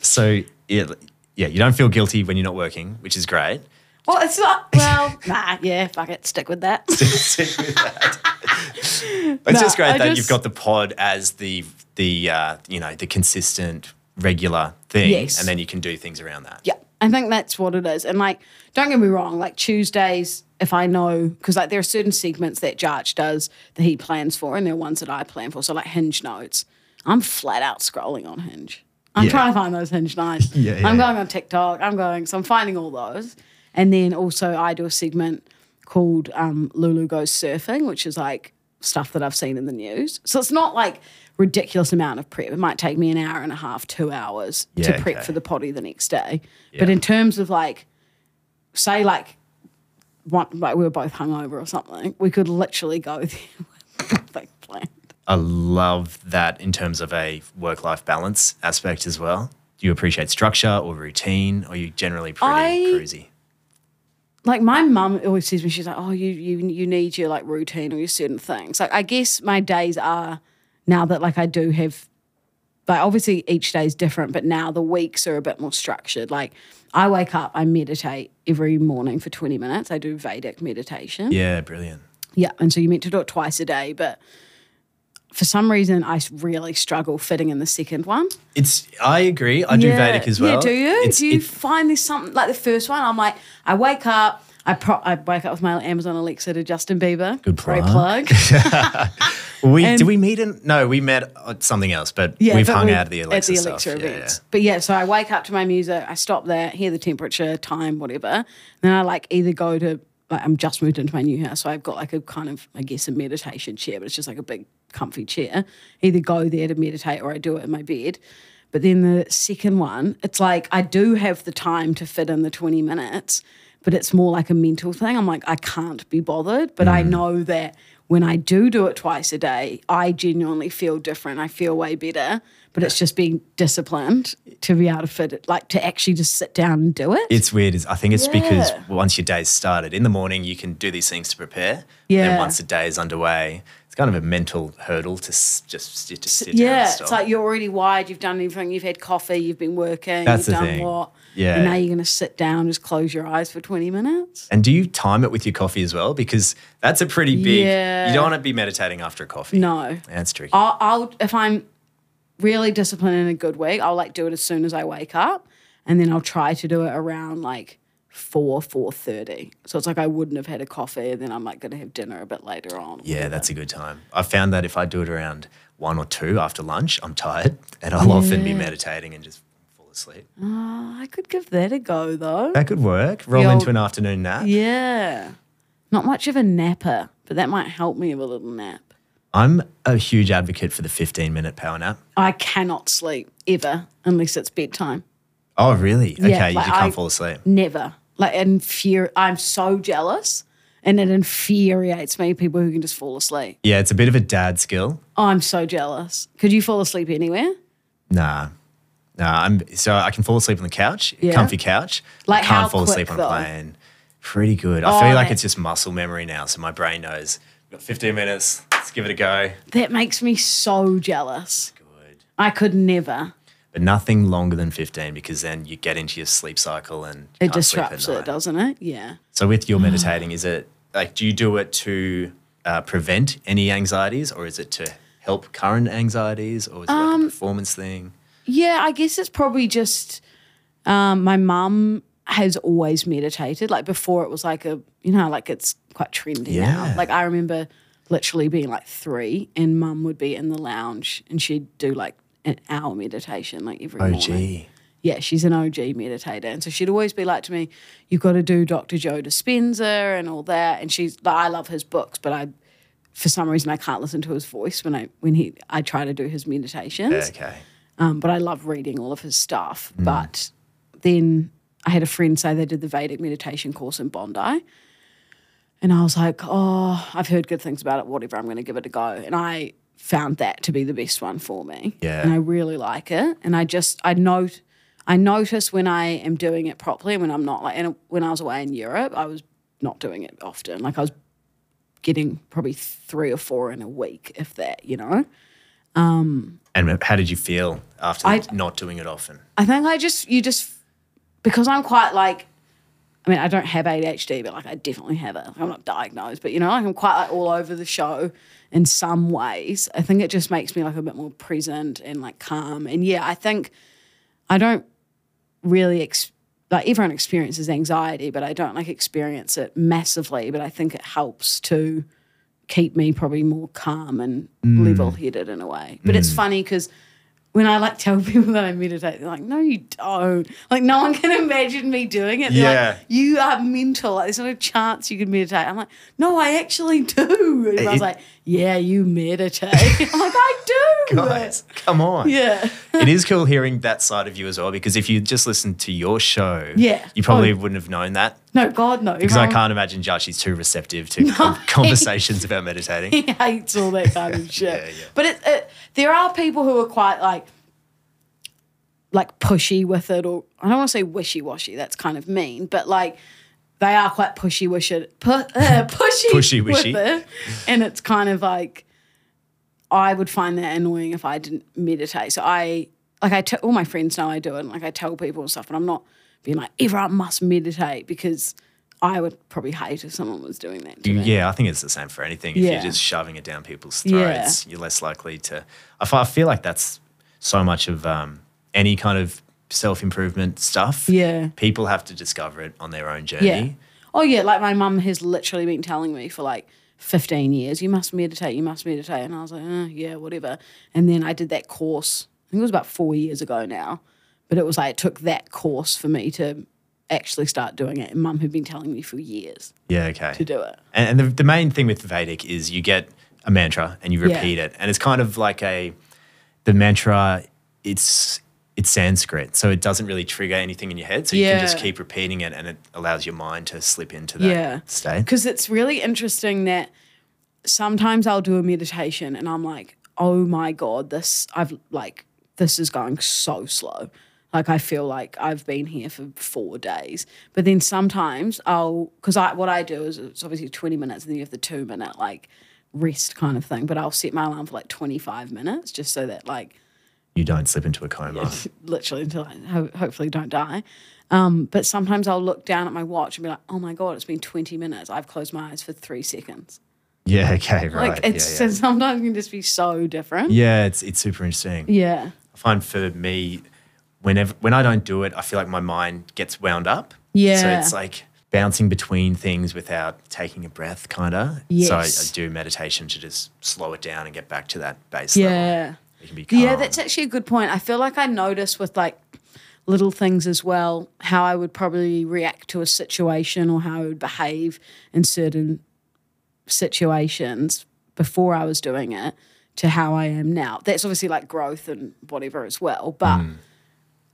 S1: So it, yeah, you don't feel guilty when you're not working, which is great.
S2: Well, it's not. Well, nah, yeah, fuck it. Stick with that.
S1: it's just great
S2: I
S1: that you've
S2: just-
S1: got the pod as the the uh, you know the consistent regular thing,
S2: Yes.
S1: and then you can do things around that.
S2: yeah, I think that's what it is. And like, don't get me wrong. Like Tuesdays, if I know, because like there are certain segments that Jarch does that he plans for, and there are ones that I plan for. So like Hinge notes, I'm flat out scrolling on Hinge. I'm
S1: Yeah.
S2: trying to find those Hinge nights.
S1: Yeah, yeah,
S2: I'm
S1: yeah.
S2: going on TikTok. I'm going. So I'm finding all those. And then also I do a segment called um, Lulu Goes Surfing, which is like stuff that I've seen in the news. So it's not like ridiculous amount of prep. It might take me an hour and a half, two hours
S1: Yeah,
S2: to prep
S1: okay.
S2: for the potty the next day.
S1: Yeah.
S2: But in terms of like say like one, like we were both hungover or something, we could literally go there with like planned.
S1: I love that in terms of a work life balance aspect as well. Do you appreciate structure or routine, or are you generally pretty
S2: I-
S1: cruisy?
S2: Like my mum always says to me, she's like, "Oh, you you you need your like routine or your certain things." Like I guess my days are now that like I do have, like obviously each day is different, but now the weeks are a bit more structured. Like I wake up, I meditate every morning for twenty minutes. I do Vedic meditation.
S1: Yeah, brilliant.
S2: Yeah, and so you meant to do it twice a day, but for some reason, I s- really struggle fitting in the second one.
S1: It's. I agree. I do Vedic as well.
S2: Yeah, do you?
S1: It's,
S2: do you
S1: it-
S2: find this something like the first one? I'm like, I wake up, I pro- I wake up with my Amazon Alexa to Justin Bieber.
S1: Good
S2: Great
S1: plug.
S2: plug.
S1: we did we meet in? No, we met at something else, but
S2: Yeah,
S1: we've
S2: but
S1: hung
S2: we-
S1: out at the Alexa,
S2: at the
S1: stuff.
S2: Alexa
S1: Yeah,
S2: events. But yeah, so I wake up to my music, I stop there, hear the temperature, time, whatever. Then I like either go to like I'm just moved into my new house, so I've got like a kind of I guess a meditation chair, but it's just like a big comfy chair. Either go there to meditate or I do it in my bed. But then the second one, it's like I do have the time to fit in the 20 minutes, but it's more like a mental thing. I'm like, I can't be bothered, but I
S1: Mm.
S2: know that when I do do it twice a day, I genuinely feel different. I feel way better, but it's just being disciplined to be able to fit it, like to actually just sit down and do it.
S1: It's weird. Is I think it's because
S2: Yeah.
S1: once your day's started in the morning, you can do these things to prepare. Then
S2: Yeah.
S1: once the day is underway, it's kind of a mental hurdle to s- just sit, to sit down.
S2: yeah,
S1: and
S2: it's
S1: stop.
S2: like you're already wired. You've done everything. You've had coffee. You've been working.
S1: That's the
S2: you've done
S1: thing.
S2: what?
S1: Yeah.
S2: And now you're going to sit down, just close your eyes for 20 minutes.
S1: And do you time it with your coffee as well? Because that's a pretty big.
S2: Yeah.
S1: You don't want to be meditating after a coffee.
S2: No.
S1: that's tricky.
S2: I'll, I'll if I'm really disciplined in a good week, I'll like do it as soon as I wake up, and then I'll try to do it around like four four thirty. So it's like I wouldn't have had a coffee, and then I'm like going to have dinner a bit later on.
S1: yeah, that's a good time. I found that if I do it around one or two after lunch, I'm tired, and I'll often be meditating and just fall asleep.
S2: Oh, I could give that a go though.
S1: That could work. Roll
S2: The
S1: into
S2: old-
S1: an afternoon nap.
S2: Yeah, not much of a napper, but that might help me with a little nap.
S1: I'm a huge advocate for the 15 minute power nap.
S2: I cannot sleep ever unless it's bedtime.
S1: Oh, really? Okay, you
S2: like
S1: can't
S2: I-
S1: fall asleep.
S2: Never. Like it infuri- I'm so jealous, and it infuriates me people who can just fall asleep.
S1: Yeah, it's a bit of a dad skill.
S2: Oh, I'm so jealous. Could you fall asleep anywhere?
S1: Nah. Nah, I'm so I can fall asleep on the couch,
S2: Yeah.
S1: comfy couch.
S2: Like
S1: I can't
S2: how
S1: fall asleep
S2: quick,
S1: on a
S2: though?
S1: plane. Pretty good. I
S2: Oh,
S1: feel like
S2: that-
S1: it's just muscle memory now, so my brain knows. We've got 15 minutes. Let's give it a go.
S2: That makes me so jealous.
S1: Good.
S2: I could never.
S1: But nothing longer than 15 because then you get into your sleep cycle and
S2: It
S1: can't sleep at
S2: disrupts it,
S1: night.
S2: doesn't it? Yeah.
S1: So with your meditating, is it like do you do it to uh, prevent any anxieties, or is it to help current anxieties, or is it like
S2: Um,
S1: a performance thing?
S2: Yeah, I guess it's probably just um, my mum has always meditated. Like before, it was like a you know, like it's quite trendy
S1: Yeah.
S2: now. Like I remember literally being like three, and mum would be in the lounge and she'd do like an hour meditation like every
S1: Oh,
S2: morning.
S1: gee,
S2: yeah, she's an OG meditator. And so she'd always be like to me, you've got to do Dr. Joe Dispenza and all that. And she's, like, I love his books, but I, for some reason, I can't listen to his voice when I, when he, I try to do his meditations.
S1: okay.
S2: Um, but I love reading all of his stuff. But then I had a friend say they did the Vedic meditation course in Bondi. And I was like, oh, I've heard good things about it, whatever, I'm going to give it a go. And I found that to be the best one for me.
S1: Yeah.
S2: And I really like it. And I just, I note, I notice when I am doing it properly and when I'm not like, and when I was away in Europe, I was not doing it often. Like I was getting probably three or four in a week, if that, you know?
S1: And how did you feel after
S2: I-
S1: not doing it often?
S2: I think I just you just because I'm quite like I mean I don't have ADHD but like I definitely have it. Like, I'm not diagnosed, but you know like I'm quite like all over the show in some ways. I think it just makes me like a bit more present and like calm. And yeah, I think I don't really ex- like everyone experiences anxiety, but I don't like experience it massively. But I think it helps to keep me probably more calm and level headed in a way. But it's funny because when I like tell people that I meditate, they're like, "No, you don't." Like no one can imagine me doing it. They're
S1: Yeah.
S2: like, you are mental. Like, there's not a chance you could meditate. I'm like, "No, I actually do." And I was
S1: It-
S2: like, "Yeah, you meditate." I'm like, "I do."
S1: Guys, come on.
S2: Yeah.
S1: it is cool hearing that side of you as well because if you just listened to your show,
S2: Yeah.
S1: you probably
S2: Oh.
S1: wouldn't have known that
S2: No, God, no.
S1: Because I
S2: Everyone-
S1: can't imagine Josh is too receptive to con- conversations about meditating.
S2: he hates all that kind of shit.
S1: Yeah, yeah.
S2: But it, it, there are people who are quite like, like pushy with it, or I don't want to say wishy washy. That's kind of mean, but like they are quite pushy wishy, pu- uh, pushy,
S1: Pushy-wishy.
S2: with it, and it's kind of like I would find that annoying if I didn't meditate. So I like I te- all my friends know I do it, and like I tell people and stuff, and I'm not being like everyone must meditate because. I would probably hate if someone was doing that. To
S1: You-
S2: me.
S1: Yeah, I think it's the same for anything. If
S2: Yeah.
S1: you're just shoving it down people's
S2: Yeah.
S1: throats, you're less likely to. I fi- I feel like that's so much of um, any kind of self improvement stuff.
S2: Yeah.
S1: People have to discover it on their own journey.
S2: Yeah. Oh yeah, like my mum has literally been telling me for like 15 years, you must meditate, you must meditate. And I was like, eh, yeah, whatever. And then I did that course. I think it was about four years ago now. But it was like it took that course for me to actually start doing it. And mum had been telling me for years
S1: Yeah, okay.
S2: to do it.
S1: And, and the, the main thing with Vedic is you get a mantra and you
S2: Yeah.
S1: repeat it, and it's kind of like a the mantra. It's it's Sanskrit, so it doesn't really trigger anything in your head. So you can just
S2: Yeah.
S1: keep repeating it, and it allows your mind to slip into that
S2: Yeah.
S1: state.
S2: Because it's really interesting that sometimes I'll do a meditation and I'm like, oh my God, this, I've like, this is going so slow. Like, I feel like I've been here for four days. But then sometimes I'll, because I, what I do is it's obviously 20 minutes and then you have the two minute like rest kind of thing. But I'll set my alarm for like 25 minutes just so that like
S1: You don't slip into a coma.
S2: literally until I ho- hopefully don't die. Um, but sometimes I'll look down at my watch and be like, oh my God, it's been 20 minutes. I've closed my eyes for three seconds.
S1: Yeah. Okay. Right.
S2: Like,
S1: yeah,
S2: it's
S1: yeah.
S2: so sometimes it can just be so different.
S1: Yeah, it's it's super interesting.
S2: Yeah.
S1: I find for me, whenever when I don't do it, I feel like my mind gets wound up. So
S2: Yeah.
S1: it's like bouncing between things without taking a breath, kind of. So I, I
S2: Yes.
S1: do meditation to just slow it down and get back to that base level.
S2: Yeah.
S1: It can be calm.
S2: Yeah, that's actually a good point. I feel like I notice with like little things as well how I would probably react to a situation or how I would behave in certain situations before I was doing it to how I am now. That's obviously like growth and whatever as well, but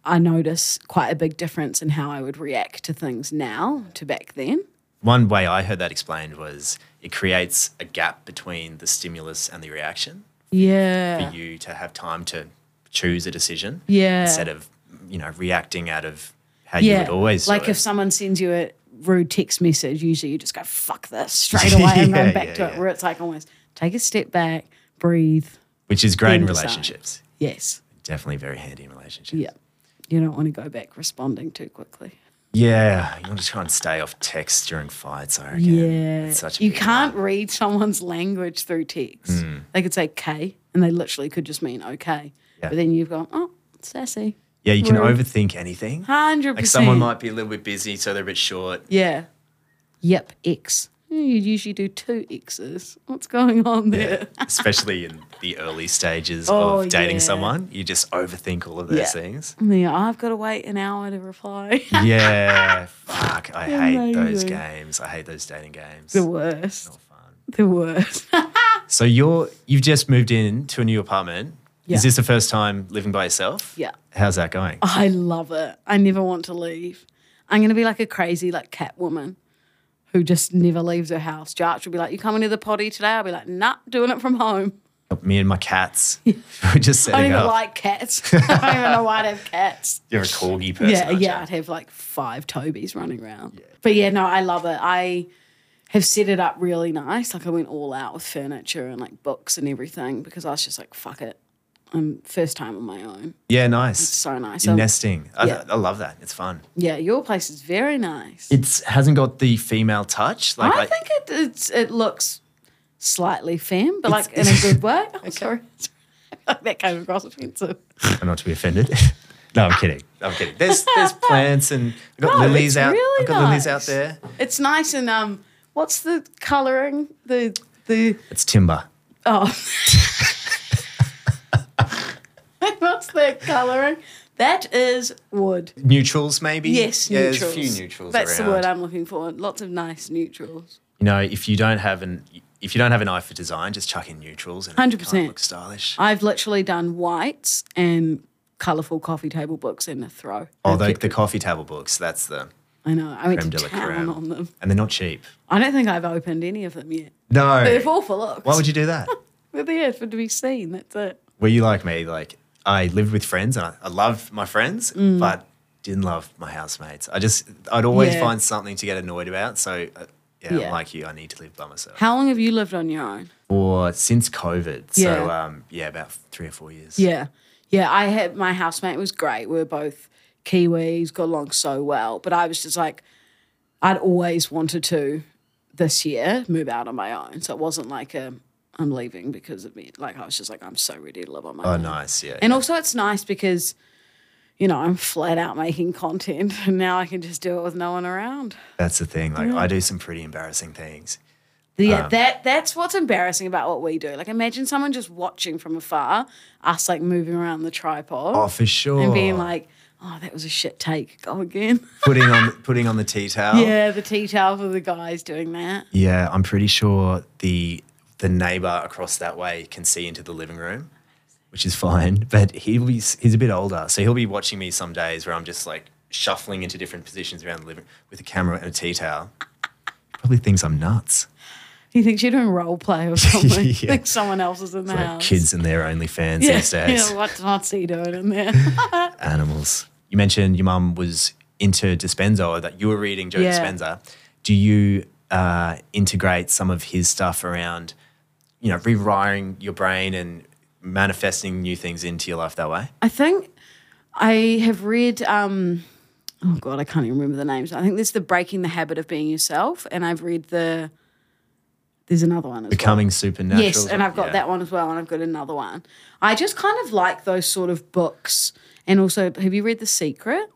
S2: I notice quite a big difference in how I would react to things now to back then.
S1: One way I heard that explained was it creates a gap between the stimulus and the reaction
S2: Yeah.
S1: for you to have time to choose a decision
S2: Yeah.
S1: instead of, you know, reacting out of how you
S2: Yeah,
S1: would always do
S2: like
S1: it.
S2: if someone sends you a rude text message, usually you just go fuck this straight away and
S1: Yeah,
S2: go back
S1: yeah,
S2: to
S1: yeah.
S2: it. Where it's like almost take a step back, breathe.
S1: which is great in
S2: then decide.
S1: relationships.
S2: Yes,
S1: Definitely very handy in relationships.
S2: yeah. You don't want to go back responding too quickly.
S1: Yeah, you want to try and stay off text during fights. I reckon.
S2: Yeah,
S1: it's such a
S2: you
S1: big Hmm.
S2: can't read someone's language through text. They could say "k" and they literally could just mean "okay,"
S1: Yeah.
S2: but then you've gone "oh, sassy."
S1: Yeah, you can
S2: Rude.
S1: overthink anything.
S2: Hundred
S1: Like
S2: percent.
S1: someone might be a little bit busy, so they're a bit short.
S2: Yeah. Yep. X. You usually do two X's. What's going on there?
S1: Especially in the early stages
S2: Oh,
S1: of dating
S2: yeah.
S1: someone, you just overthink all of those
S2: Yeah.
S1: things.
S2: Yeah, I've got to wait an hour to reply.
S1: Yeah, fuck. I hate those
S2: Amazing.
S1: games. I hate those dating games.
S2: the worst.
S1: Fun.
S2: The worst.
S1: So you're you've just moved in to a new apartment.
S2: Yeah.
S1: Is this the first time living by yourself?
S2: Yeah. Oh.
S1: How's that going?
S2: I love it. I never want to leave. I'm gonna be like a crazy like cat woman who just never leaves her house. Jarch will be like, You coming to the potty today? I'll be like, nah, doing it from home.
S1: Me and my cats. We're just
S2: I don't
S1: setting
S2: even
S1: up.
S2: like cats. I don't even know why I'd have cats.
S1: you're a corgi person.
S2: Yeah,
S1: aren't
S2: yeah,
S1: you?
S2: I'd have like five Tobies running around. But yeah, no, I love it. I have set it up really nice. Like I went all out with furniture and like books and everything because I was just like, fuck it. I'm first time on my own.
S1: Yeah, nice.
S2: so nice.
S1: You're
S2: Um,
S1: nesting. I,
S2: yeah.
S1: I love that. It's fun.
S2: Yeah, your place is very nice.
S1: It hasn't got the female touch. Like
S2: I think it it's, it looks slightly femme, but like in a good way. Oh, sorry. that came across offensive.
S1: I'm not to be offended. no, I'm kidding. I'm kidding. There's there's plants and I've got
S2: No,
S1: lilies
S2: it's
S1: out.
S2: really
S1: I've got lilies out
S2: nice.
S1: there.
S2: It's nice and um, what's the colouring? The the
S1: It's timber.
S2: oh, what's the colouring? That is wood.
S1: Neutrals maybe.
S2: Yes,
S1: yeah,
S2: neutrals.
S1: There's a few neutrals
S2: That's
S1: around.
S2: the word I'm looking for. Lots of nice neutrals.
S1: you know, if you don't have an if you don't have an eye for design, just chuck in neutrals and it
S2: 100%.
S1: kinda looks stylish.
S2: I've literally done whites and colourful coffee table books in a throw.
S1: Oh,
S2: I've
S1: the,
S2: kept
S1: the coffee table books. That's the
S2: I know. I went
S1: Creme de
S2: to
S1: la
S2: town
S1: creme.
S2: on them.
S1: And they're not cheep.
S2: I don't think I've opened any of them yet.
S1: No.
S2: They're all for looks.
S1: Why would you do that?
S2: They're there for to be seen. That's it.
S1: Were you like me? Like I lived with friends and I, I loved my friends, but didn't love my housemates. I just I'd always
S2: Mm. Yeah.
S1: find something to get annoyed about. So uh, yeah,
S2: Yeah.
S1: I'm like you, I need to live by myself.
S2: How long have you lived on your own?
S1: or since COVID, so
S2: Yeah.
S1: um, yeah, about three or four years.
S2: Yeah. Yeah. I had my housemate was great. We were both Kiwis, got along so well. But I was just like, I'd always wanted to this year move out on my own. So it wasn't like a, I'm leaving because of me. Like I was just like, I'm so ready to live on my
S1: Oh,
S2: own.
S1: nice. Yeah.
S2: And also, it's nice because, you know, I'm flat out making content and now I can just do it with no one around.
S1: That's the thing. Like I do some pretty embarrassing things.
S2: Yeah, that that's what's embarrassing about what we do. Like, imagine someone just watching from afar, us like moving around the tripod
S1: Oh, for sure.
S2: and being like, "Oh, that was a shit take. Go again."
S1: putting on putting on the tea towel.
S2: yeah, the tea towel for the guys doing that.
S1: Yeah, I'm pretty sure the the neighbor across that way can see into the living room, which is fine. But he'll be he's a bit older, so he'll be watching me some days where I'm just like shuffling into different positions around the living with a camera and a tea towel. Probably thinks I'm nuts.
S2: He thinks you're doing role play or something.
S1: Yeah.
S2: Think someone else is in the
S1: Like
S2: house.
S1: kids and their OnlyFans
S2: yeah,
S1: these days.
S2: yeah, what's what's he doing in there?
S1: Animals. You mentioned your mum was into Dispenza or that you were reading Joe
S2: Yeah.
S1: Dispenza. Do you uh, integrate some of his stuff around, you know, rewiring your brain and manifesting new things into your life that way?
S2: I think I have read. Um, oh God, I can't even remember the names. I think there's the Breaking the Habit of Being Yourself, and I've read the. There's another one. As well.
S1: Becoming supernatural.
S2: Yes, and I've got
S1: Yeah.
S2: that one as well, and I've got another one. I just kind of like those sort of books, and also, have you read The Secret?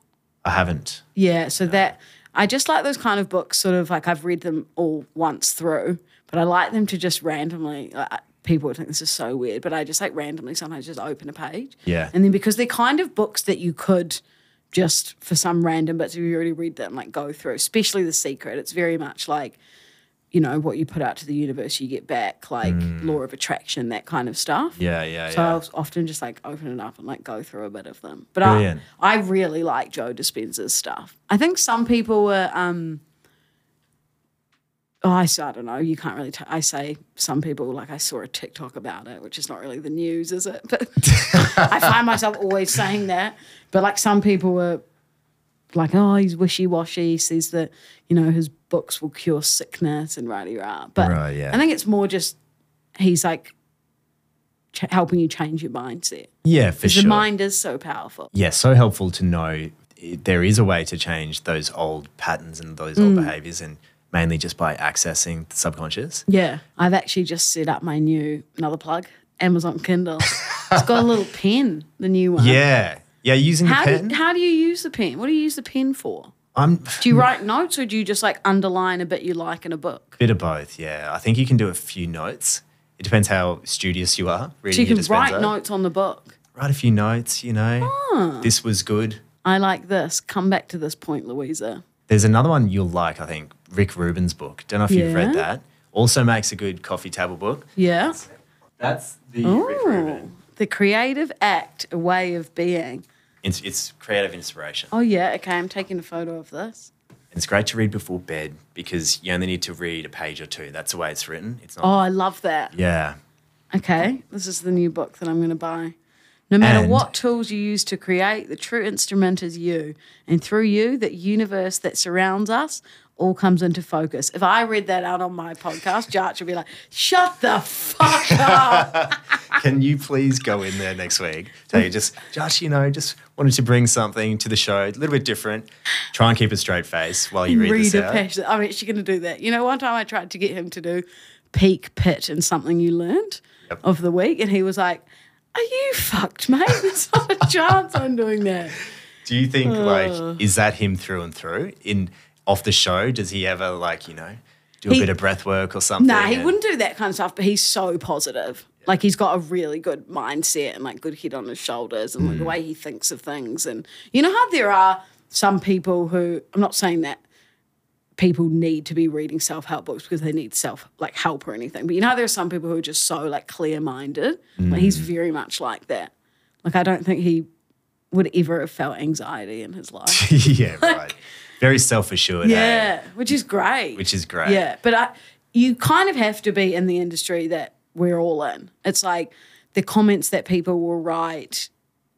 S1: I haven't.
S2: Yeah, so that I just like those kind of books. Sort of like I've read them all once through, but I like them to just randomly. Like, I- people would think this is so weird, but I just like randomly sometimes just open a page.
S1: Yeah.
S2: and then because they're kind of books that you could just for some random bits if you already read them, like go through. Especially The Secret, it's very much like you know what you put out to the universe, you get back. Like law of attraction, that kind of stuff.
S1: Yeah, yeah,
S2: So
S1: yeah.
S2: I'll often just like open it up and like go through a bit of them. But
S1: Brilliant.
S2: I, I really like Joe Dispenza's stuff. I think some people were, um, oh, I, s- I don't know. You can't really, t- I say some people, like I saw a TikTok about it, which is not really the news, is it? But I find myself always saying that. But like some people were like, oh, he's wishy washy, says that, you know, his books will cure sickness and righty rah. But
S1: Right, yeah.
S2: I think it's more just he's like ch- helping you change your mindset.
S1: Yeah, for
S2: Because
S1: sure.
S2: the mind is so powerful.
S1: yeah, so helpful to know i- there is a way to change those old patterns and those old
S2: Mm.
S1: behaviors, and mainly just by accessing the subconscious.
S2: Yeah. I've actually just set up my new, another plug, Amazon Kindle. it's got a little pen, the new one.
S1: Yeah. Yeah, using
S2: How
S1: the
S2: do,
S1: pen.
S2: you, how do you use the pen? What do you use the pen for?
S1: I'm
S2: Do you write notes or do you just like underline a bit you like in a book?
S1: Bit of both, yeah. I think you can do a few notes. It depends how studious you are reading
S2: So you
S1: your
S2: can write
S1: dispenser.
S2: notes Ah. on the book.
S1: Write a few notes, you know. This was good.
S2: I like this. Come back to this point, Louisa.
S1: There's another one you'll like, I think, Rick Rubin's book. Don't know if you've read
S2: Yeah.
S1: that. Also makes a good coffee table book.
S2: Yeah.
S1: That's the Rick
S2: Oh,
S1: Rubin.
S2: the creative act, a way of being.
S1: It's, it's creative inspiration.
S2: Oh, yeah. Okay. I'm taking a photo of this.
S1: And it's great to read before bed because you only need to read a page or two. That's the way it's written. It's not.
S2: Oh, I love that.
S1: Yeah.
S2: Okay. This is the new book that I'm going to buy. No matter
S1: And-
S2: what tools you use to create, the true instrument is you. And through you, that universe that surrounds us all comes into focus. If I read that out on my podcast, Jarch would be like, shut the fuck up.
S1: Can you please go in there next week? Tell you just, Josh, you know, just wanted to bring something to the show, a little bit different. Try and keep a straight face while you read,
S2: read
S1: this
S2: a
S1: out.
S2: passion. I'm actually going to do that. You know, one time I tried to get him to do peak pit and something you learned
S1: Yep.
S2: of the week, and he was like, "Are you fucked, mate? There's not a chance I'm doing that."
S1: Do you
S2: Oh.
S1: think like is that him through and through? In off the show, does he ever like you know do a
S2: He-
S1: bit of breath work or something?
S2: Nah, he
S1: and-
S2: wouldn't do that kind of stuff. But he's so positive. Like he's got a really good mindset and like good head on his shoulders and like, the way he thinks of things. And you know how there are some people who I'm not saying that people need to be reading self help books because they need self like help or anything. But you know how there are some people who are just so like clear minded. Like he's very much like that. Like I don't think he would ever have felt anxiety in his life.
S1: yeah, right. very eh? self assured.
S2: Yeah, which is great.
S1: Which is great.
S2: Yeah, but I, you kind of have to be in the industry that we're all in. It's like the comments that people will write,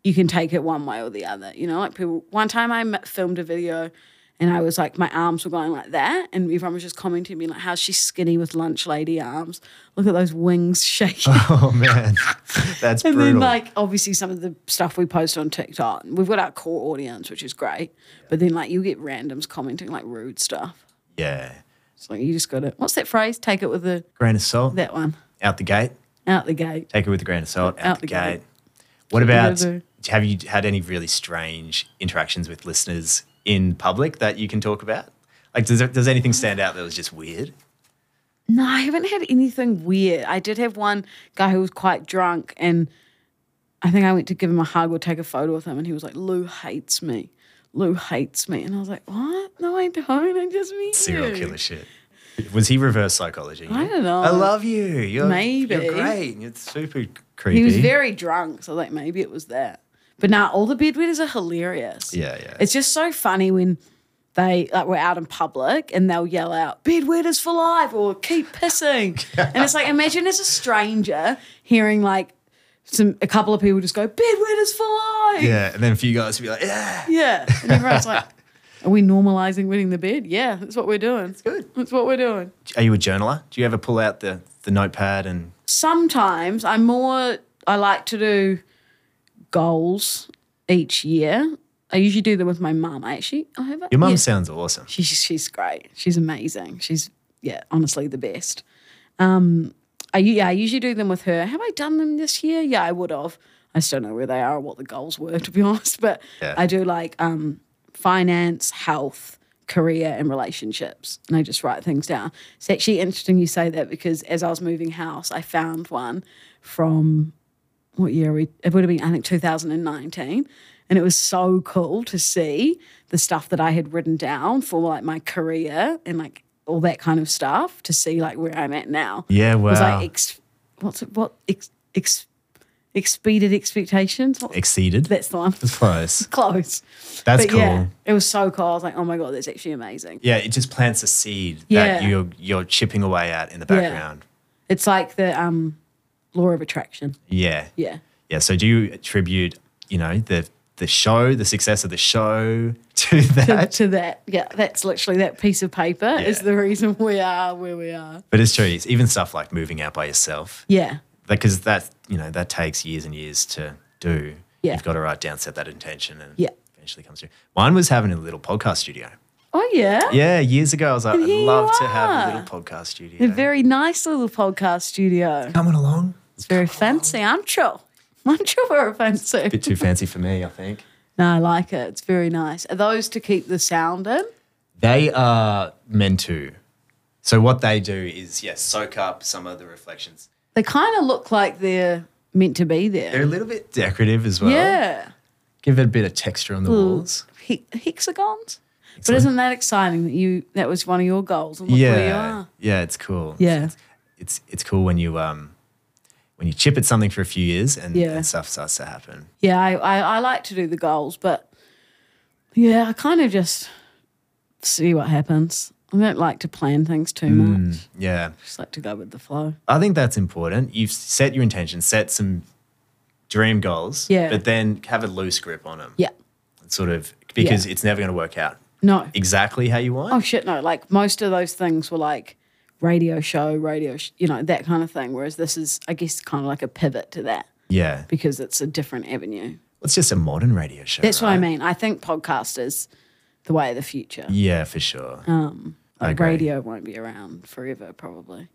S2: you can take it one way or the other. You know, like people. One time I m- filmed a video, and I was like, my arms were going like that, and everyone was just commenting, being like, "How's she skinny with lunch lady arms? Look at those wings shaking."
S1: Oh man, that's
S2: And
S1: brutal.
S2: then, like, obviously, some of the stuff we post on TikTok, we've got our core audience, which is great. But then, like, you get randoms commenting like rude stuff.
S1: yeah,
S2: It's like you just got to what's that phrase? Take it with the
S1: grain of salt
S2: that one
S1: out the gate.
S2: out the gate.
S1: Take it with a grain of salt out,
S2: Out
S1: the,
S2: the
S1: gate.
S2: gate.
S1: What about?
S2: Oh, Whatever.
S1: Have you had any really strange interactions with listeners in public that you can talk about? Like, does does anything stand out that was just weird?
S2: No, I haven't had anything weird. I did have one guy who was quite drunk, and I think I went to give him a hug or take a photo with him, and he was like, "Lou hates me. Lou hates me," and I was like, "What? No, I don't. I just mean
S1: Serial killer shit. Was he reverse psychology?
S2: I don't know.
S1: I love you. You're,
S2: Maybe.
S1: You're great. You're super creepy.
S2: He was very drunk, so like maybe it was that. But now all the bedwetters are hilarious.
S1: Yeah, yeah.
S2: It's just so funny when they like we're out in public and they'll yell out bedwetters for life or keep pissing. and it's like imagine as a stranger hearing like some a couple of people just go bedwetters for life.
S1: yeah, and then for you guys to be like, yeah,
S2: Yeah. And everyone's like, are we normalizing winning the bed? Yeah, that's what we're doing. That's
S1: good.
S2: That's what we're doing.
S1: are you a journaler? Do you ever pull out the the notepad and
S2: sometimes I'm more I like to do goals each year. I usually do them with my mum. I actually I have a,
S1: your mum
S2: yeah.
S1: sounds awesome.
S2: she's she's great. She's amazing. She's yeah, honestly the best. Um I u- yeah, I usually do them with her. Have I done them this year? Yeah, I would have. I just don't know where they are or what the goals were to be honest, but
S1: Yeah.
S2: I do like um finance, health, career and relationships. And I just write things down. It's actually interesting you say that because as I was moving house, I found one from what year are we it would have been I think 2019 and it was so cool to see the stuff that I had written down for like my career and like all that kind of stuff to see like where I'm at now.
S1: Yeah,
S2: It was
S1: wow.
S2: like ex, what's it what ex, ex expeded expectations? What-
S1: Exceeded.
S2: that's the one.
S1: close.
S2: Close.
S1: That's
S2: but
S1: cool.
S2: yeah, it was so cool. I was like, oh my god, that's actually amazing.
S1: Yeah, it just plants a seed that
S2: Yeah.
S1: you're you're chipping away at in the background.
S2: It's like the um law of attraction.
S1: Yeah. yeah.
S2: Yeah.
S1: So do you attribute, you know, the the show, the success of the show to
S2: To,
S1: that?
S2: to that, yeah, that's literally that piece of paper is
S1: Yeah.
S2: the reason we are where we are.
S1: but it's true. It's even stuff like moving out by yourself.
S2: Yeah,
S1: Because that you know, that takes years and years to do.
S2: Yeah.
S1: You've got to write down, set that intention and
S2: Yeah.
S1: eventually comes through. Mine was having a little podcast studio.
S2: Oh yeah.
S1: Yeah, years ago I was like, I'd
S2: here you
S1: love to have a
S2: are.
S1: little podcast studio.
S2: A very nice little podcast studio.
S1: Coming along.
S2: It's very fancy. I'm sure. I'm sure we're fancy.
S1: bit too fancy for me, I think.
S2: No, I like it. It's very nice. Are those to keep the sound in?
S1: They are meant to. So what they do is, yes, soak up some of the reflections.
S2: They kind of look like they're meant to be there.
S1: They're a little bit decorative as well.
S2: yeah.
S1: Give it a bit of texture on the walls.
S2: He- hexagons. But isn't that exciting that you that was one of your goals and look where you
S1: Yeah.
S2: are?
S1: Yeah, it's cool.
S2: Yeah.
S1: It's it's cool when you um when you chip at something for a few years and,
S2: Yeah.
S1: and stuff starts to happen.
S2: Yeah, I, I, I like to do the goals, but yeah, I kind of just see what happens. I don't like to plan things too
S1: Hmm.
S2: much.
S1: Yeah.
S2: Just like to go with the flow.
S1: I think that's important. You've set your intention, set some dream goals,
S2: Yeah.
S1: but then have a loose grip on them.
S2: Yeah.
S1: Sort of because it's never going to work out
S2: No.
S1: exactly how you want.
S2: Oh shit, no. Like most of those things were like radio show, radio, sh- you know, that kind of thing. Whereas this is, I guess, kind of like a pivot to that
S1: Yeah.
S2: because it's a different avenue.
S1: It's just a modern radio show.
S2: That's what I
S1: right?
S2: mean. I think podcast is the way of the future.
S1: Yeah, for sure.
S2: Oh.
S1: I
S2: Like
S1: agree.
S2: radio won't be around forever, probably.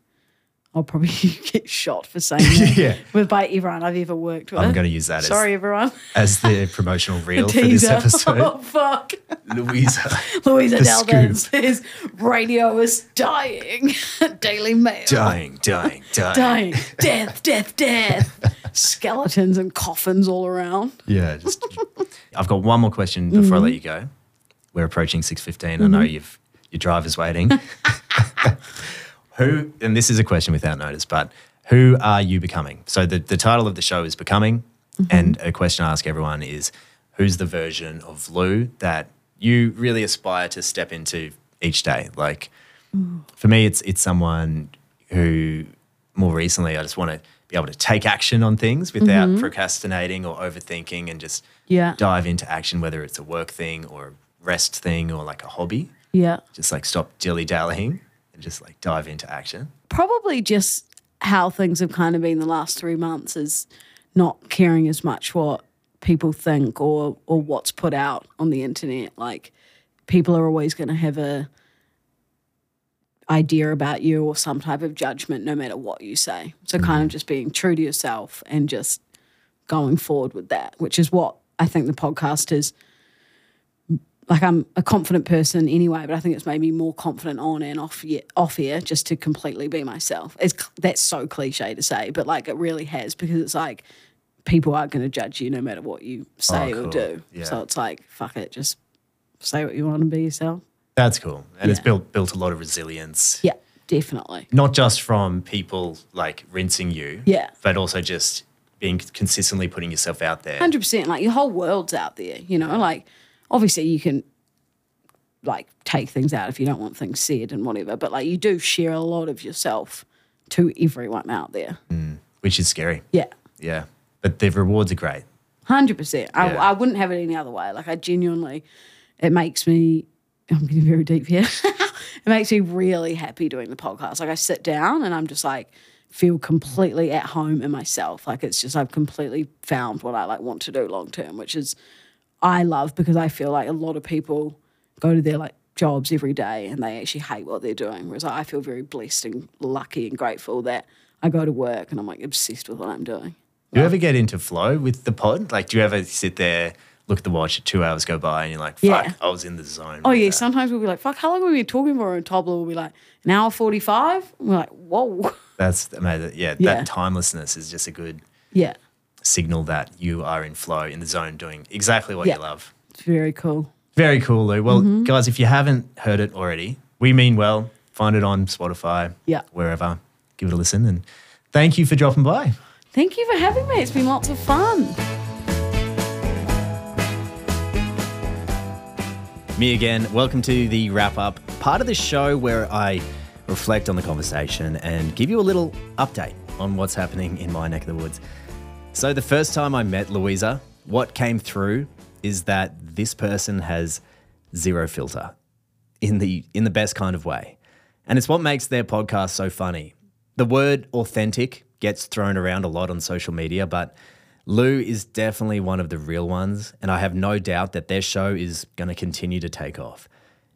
S2: I'll probably get shot for saying that
S1: Yeah.
S2: with by everyone I've ever worked with.
S1: I'm going to use that
S2: Sorry, everyone.
S1: as, as the promotional reel for this
S2: Teaser.
S1: episode.
S2: Oh, fuck.
S1: Louisa.
S2: Louisa
S1: The
S2: Delvin
S1: scoop.
S2: says radio is dying. Daily Mail.
S1: dying, dying, dying.
S2: dying. Death, death, death. Skeletons and coffins all around.
S1: Yeah. Just, I've got one more question before I
S2: Mm-hmm.
S1: let you go. We're approaching 6.15. I know you've, your driver's waiting. who, and this is a question without notice, but who are you becoming? So the, the title of the show is Becoming. And a question I ask everyone is, who's the version of Lou that you really aspire to step into each day. Like for me, it's it's someone who more recently I just want to be able to take action on things without procrastinating or overthinking and just
S2: Yeah.
S1: dive into action, whether it's a work thing or a rest thing or like a hobby.
S2: Yeah.
S1: Just like stop dilly dallying and just like dive into action.
S2: Probably just how things have kind of been the last three months is not caring as much what people think or or what's put out on the internet. Like people are always going to have a idea about you or some type of judgment no matter what you say. So
S1: Mm-hmm.
S2: kind of just being true to yourself and just going forward with that, which is what I think the podcast is like I'm a confident person anyway, but I think it's made me more confident on and off ye- off air just to completely be myself. It's cl- that's so cliche to say, but like it really has because it's like people are going to judge you no matter what you say
S1: Oh, cool.
S2: or do.
S1: Yeah.
S2: So it's like fuck it, just say what you want and be yourself.
S1: That's cool. And it's
S2: Yeah.
S1: built built a lot of resilience.
S2: Yeah, definitely.
S1: Not just from people like rinsing you.
S2: Yeah.
S1: But also just being consistently putting yourself out there.
S2: hundred percent. Like your whole world's out there, you know. Like obviously you can like take things out if you don't want things said and whatever, but like you do share a lot of yourself to everyone out there.
S1: Which is scary.
S2: Yeah.
S1: Yeah. But the rewards are great.
S2: Hundred percent. I,
S1: Yeah.
S2: I wouldn't have it any other way. Like I genuinely, it makes me. I'm getting very deep here. it makes me really happy doing the podcast. Like I sit down and I'm just like feel completely at home in myself. Like it's just I've completely found what I like want to do long term, which is I love because I feel like a lot of people go to their like jobs every day and they actually hate what they're doing. Whereas I feel very blessed and lucky and grateful that I go to work and I'm like obsessed with what I'm doing.
S1: Do you ever get into flow with the pod? Like, do you ever sit there, look at the watch, two hours go by, and you're like, fuck,
S2: Yeah.
S1: I was in the zone.
S2: Oh yeah, sometimes we'll be like, "Fuck, how long were we talking for?" And Tobler will be like, "An hour forty-five." We're like, "Whoa,
S1: That's amazing. Yeah,
S2: Yeah.
S1: That timelessness is just a good
S2: yeah,
S1: signal that you are in flow, in the zone, doing exactly what
S2: Yeah.
S1: you love.
S2: it's very cool."
S1: Very cool, Lou. Well, guys, if you haven't heard it already, we mean well. Find it on Spotify,
S2: Yeah.
S1: wherever. Give it a listen. And thank you for dropping by.
S2: Thank you for having me. It's been lots of fun.
S1: Me again. Welcome to the wrap up part of the show where I reflect on the conversation and give you a little update on what's happening in my neck of the woods. So, the first time I met Louisa, what came through is that this person has zero filter in the in the best kind of way. And it's what makes their podcast so funny. The word authentic gets thrown around a lot on social media, but Lou is definitely one of the real ones, and I have no doubt that their show is going to continue to take off.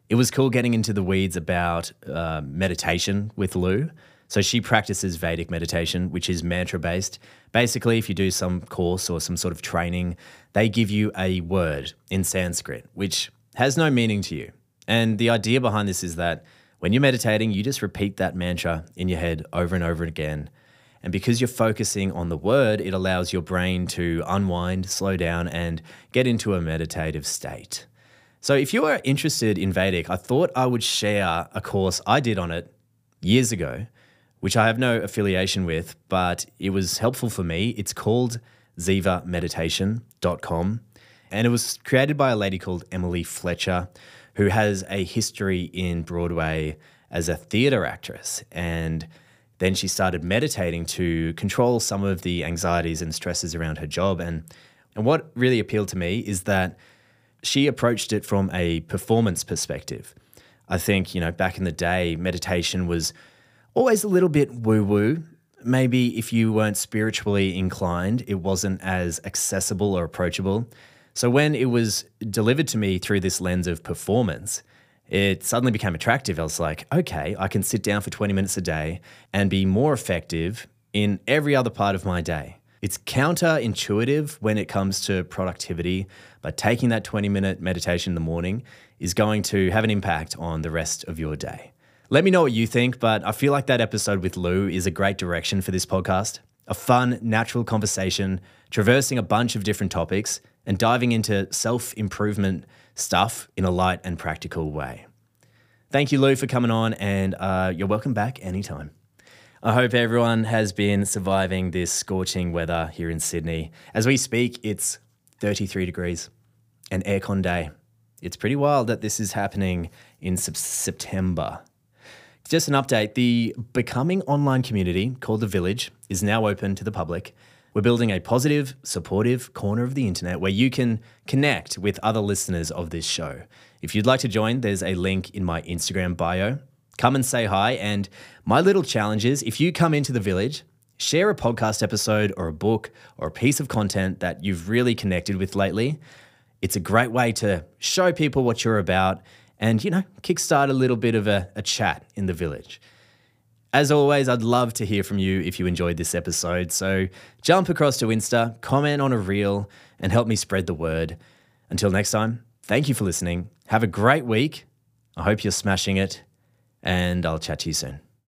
S1: It was cool getting into the weeds about uh, meditation with Lou. So she practices Vedic meditation, which is mantra based. Basically, if you do some course or some sort of training, they give you a word in Sanskrit, which has no meaning to you. And the idea behind this is that when you're meditating, you just repeat that mantra in your head over and over again. And because you're focusing on the word, it allows your brain to unwind, slow down, and get into a meditative state. So, if you are interested in Vedic, I thought I would share a course I did on it years ago, which I have no affiliation with, but it was helpful for me. It's called zivameditation.com. And it was created by a lady called Emily Fletcher, who has a history in Broadway as a theater actress. And then she started meditating to control some of the anxieties and stresses around her job. And, and what really appealed to me is that she approached it from a performance perspective. I think, you know, back in the day, meditation was always a little bit woo woo. Maybe if you weren't spiritually inclined, it wasn't as accessible or approachable. So when it was delivered to me through this lens of performance, it suddenly became attractive. I was like, okay, I can sit down for 20 minutes a day and be more effective in every other part of my day. It's counterintuitive when it comes to productivity, but taking that 20 minute meditation in the morning is going to have an impact on the rest of your day. Let me know what you think, but I feel like that episode with Lou is a great direction for this podcast. A fun, natural conversation, traversing a bunch of different topics and diving into self improvement stuff in a light and practical way. Thank you, Lou, for coming on, and uh, you're welcome back anytime. I hope everyone has been surviving this scorching weather here in Sydney. As we speak, it's 33 degrees, an aircon day. it's pretty wild that this is happening in sep- September. Just an update the Becoming online community called The Village is now open to the public. We're building a positive, supportive corner of the internet where you can connect with other listeners of this show. If you'd like to join, there's a link in my Instagram bio. Come and say hi. And my little challenge is if you come into the village, share a podcast episode or a book or a piece of content that you've really connected with lately. It's a great way to show people what you're about and, you know, kickstart a little bit of a, a chat in the village. As always, I'd love to hear from you if you enjoyed this episode. So jump across to Insta, comment on a reel, and help me spread the word. Until next time, thank you for listening. Have a great week. I hope you're smashing it, and I'll chat to you soon.